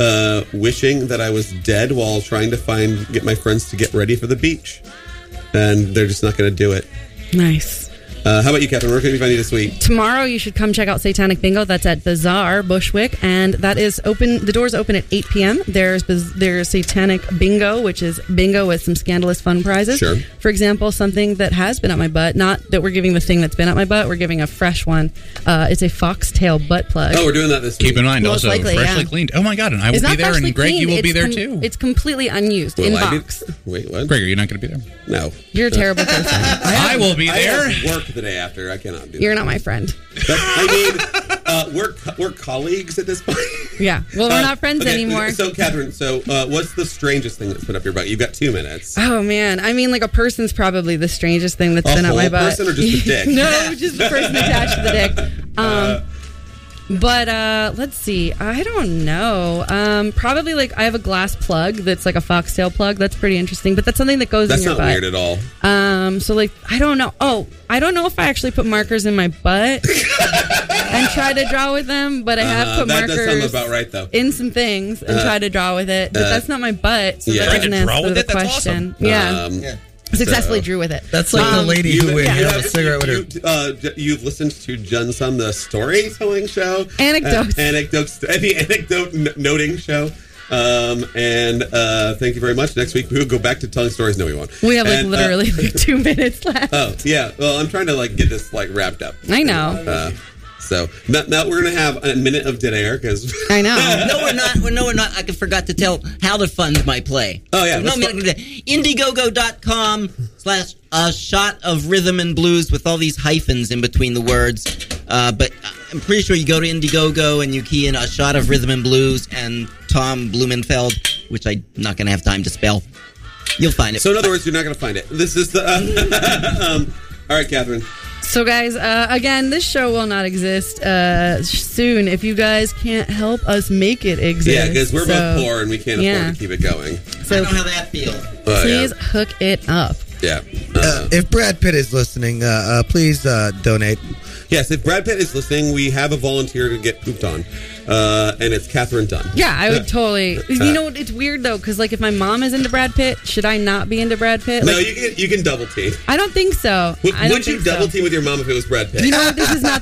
[SPEAKER 5] uh, wishing that I was dead while trying to find get my friends to get ready for the beach, and they're just not going to do it.
[SPEAKER 6] Nice.
[SPEAKER 5] Uh, how about you, Catherine? Where can we find you this week?
[SPEAKER 6] Tomorrow, you should come check out Satanic Bingo. That's at Bazaar Bushwick, and that is open. The doors open at 8 p.m. There's Baz- there's Satanic Bingo, which is bingo with some scandalous fun prizes.
[SPEAKER 26] Sure.
[SPEAKER 6] For example, something that has been up my butt. Not that we're giving the thing that's been up my butt. We're giving a fresh one. Uh, it's a foxtail butt plug.
[SPEAKER 5] Oh, we're doing that this
[SPEAKER 7] Keep
[SPEAKER 5] week.
[SPEAKER 7] in mind,
[SPEAKER 6] Most
[SPEAKER 7] also
[SPEAKER 6] likely,
[SPEAKER 7] freshly
[SPEAKER 6] yeah.
[SPEAKER 7] cleaned. Oh my God! And I
[SPEAKER 6] It's
[SPEAKER 7] will be
[SPEAKER 6] not
[SPEAKER 7] there,
[SPEAKER 6] freshly
[SPEAKER 7] and Greg, you
[SPEAKER 6] cleaned.
[SPEAKER 7] will be
[SPEAKER 6] It's
[SPEAKER 7] there too.
[SPEAKER 6] com- It's completely unused in
[SPEAKER 5] Will I be-
[SPEAKER 6] box.
[SPEAKER 5] Wait, what?
[SPEAKER 7] Greg, are you not going to be there?
[SPEAKER 5] No,
[SPEAKER 6] You're a terrible person.
[SPEAKER 7] I, will be
[SPEAKER 5] I
[SPEAKER 7] there.
[SPEAKER 5] have work the day after. I cannot do.
[SPEAKER 6] You're
[SPEAKER 5] that.
[SPEAKER 6] not my friend.
[SPEAKER 5] But, I mean, uh, we're co- we're colleagues at this point.
[SPEAKER 6] Yeah. Well, we're
[SPEAKER 5] Uh,
[SPEAKER 6] not friends
[SPEAKER 5] okay,
[SPEAKER 6] anymore.
[SPEAKER 5] So, Catherine, so uh, what's the strangest thing that's been up your butt? You've got two minutes.
[SPEAKER 6] Oh man, I mean, like a person's probably the strangest thing that's
[SPEAKER 5] A
[SPEAKER 6] been up my
[SPEAKER 5] whole
[SPEAKER 6] butt.
[SPEAKER 5] person or just a dick? Uh,
[SPEAKER 6] no, just the person attached to the dick. Um, but uh, let's see. I don't know. Um, probably like I have a glass plug that's like a foxtail plug. That's pretty interesting. But that's something that goes
[SPEAKER 5] That's
[SPEAKER 6] in your
[SPEAKER 5] not
[SPEAKER 6] butt.
[SPEAKER 5] weird at all.
[SPEAKER 6] Um, so like I don't know. Oh, I don't know if I actually put markers in my butt and tried to draw with them, but I have
[SPEAKER 5] Uh,
[SPEAKER 6] put
[SPEAKER 5] that does
[SPEAKER 6] markers
[SPEAKER 5] sound about right, though.
[SPEAKER 6] in some things and
[SPEAKER 5] Uh,
[SPEAKER 6] tried to draw with it. But
[SPEAKER 5] uh,
[SPEAKER 6] that's not my butt, so that doesn't answer the question. Yeah.
[SPEAKER 5] Um,
[SPEAKER 6] Successfully
[SPEAKER 5] so-
[SPEAKER 6] drew with it. Um,
[SPEAKER 5] You-
[SPEAKER 8] who, uh, held a
[SPEAKER 5] have-
[SPEAKER 8] cigarette with her-
[SPEAKER 5] you, Uh, j- you've listened to Jun Sun, the storytelling show,
[SPEAKER 6] Anecdotes.
[SPEAKER 5] uh, anecdotes, uh, the anecdote n- noting show. Um, and uh, thank you very much. Next week we'll go back to telling stories. No, we won't.
[SPEAKER 6] We have like
[SPEAKER 5] And, uh,
[SPEAKER 6] literally like two minutes left.
[SPEAKER 5] oh yeah. Well, I'm trying to like get this like wrapped up.
[SPEAKER 6] I know.
[SPEAKER 5] Uh, so now, now we're gonna have a minute of dead air because
[SPEAKER 6] I know.
[SPEAKER 14] no, we're not. We're, no, we're not. I forgot to tell how to fund my play.
[SPEAKER 5] Oh, yeah,
[SPEAKER 14] No,
[SPEAKER 5] let's
[SPEAKER 14] I'm not- Indiegogo.com slash a shot of rhythm and blues with all these hyphens in between the words. Uh, but I'm pretty sure you go to Indiegogo and you key in a shot of rhythm and blues and Tom Blumenfeld, which I'm not going to have time to spell. You'll find it.
[SPEAKER 5] So in other words, you're not going to find it. This is the. um, all right, Catherine.
[SPEAKER 6] So, guys, uh, again, this show will not exist uh, soon if you guys can't help us make it exist.
[SPEAKER 5] Yeah, because we're both
[SPEAKER 6] So,
[SPEAKER 5] poor and we can't
[SPEAKER 6] yeah.
[SPEAKER 5] afford to keep it going.
[SPEAKER 6] So, I know how
[SPEAKER 14] that feels.
[SPEAKER 5] Uh, yeah.
[SPEAKER 6] Please hook it up.
[SPEAKER 5] Yeah.
[SPEAKER 8] Uh, if Brad Pitt is listening, uh, uh, please uh, donate.
[SPEAKER 5] Yes, if Brad Pitt is listening, we have a volunteer to get pooped on, uh, and it's Catherine Dunn.
[SPEAKER 6] Yeah, I would totally. You
[SPEAKER 5] Uh,
[SPEAKER 6] know, it's weird though, because like if my mom is into Brad Pitt, should I not be into Brad Pitt?
[SPEAKER 5] No,
[SPEAKER 6] Like,
[SPEAKER 5] you can you can double team.
[SPEAKER 6] I don't think so.
[SPEAKER 5] Would,
[SPEAKER 6] I don't
[SPEAKER 5] would you
[SPEAKER 6] think so.
[SPEAKER 5] double team with your mom if it was Brad Pitt?
[SPEAKER 6] You know, what? this is not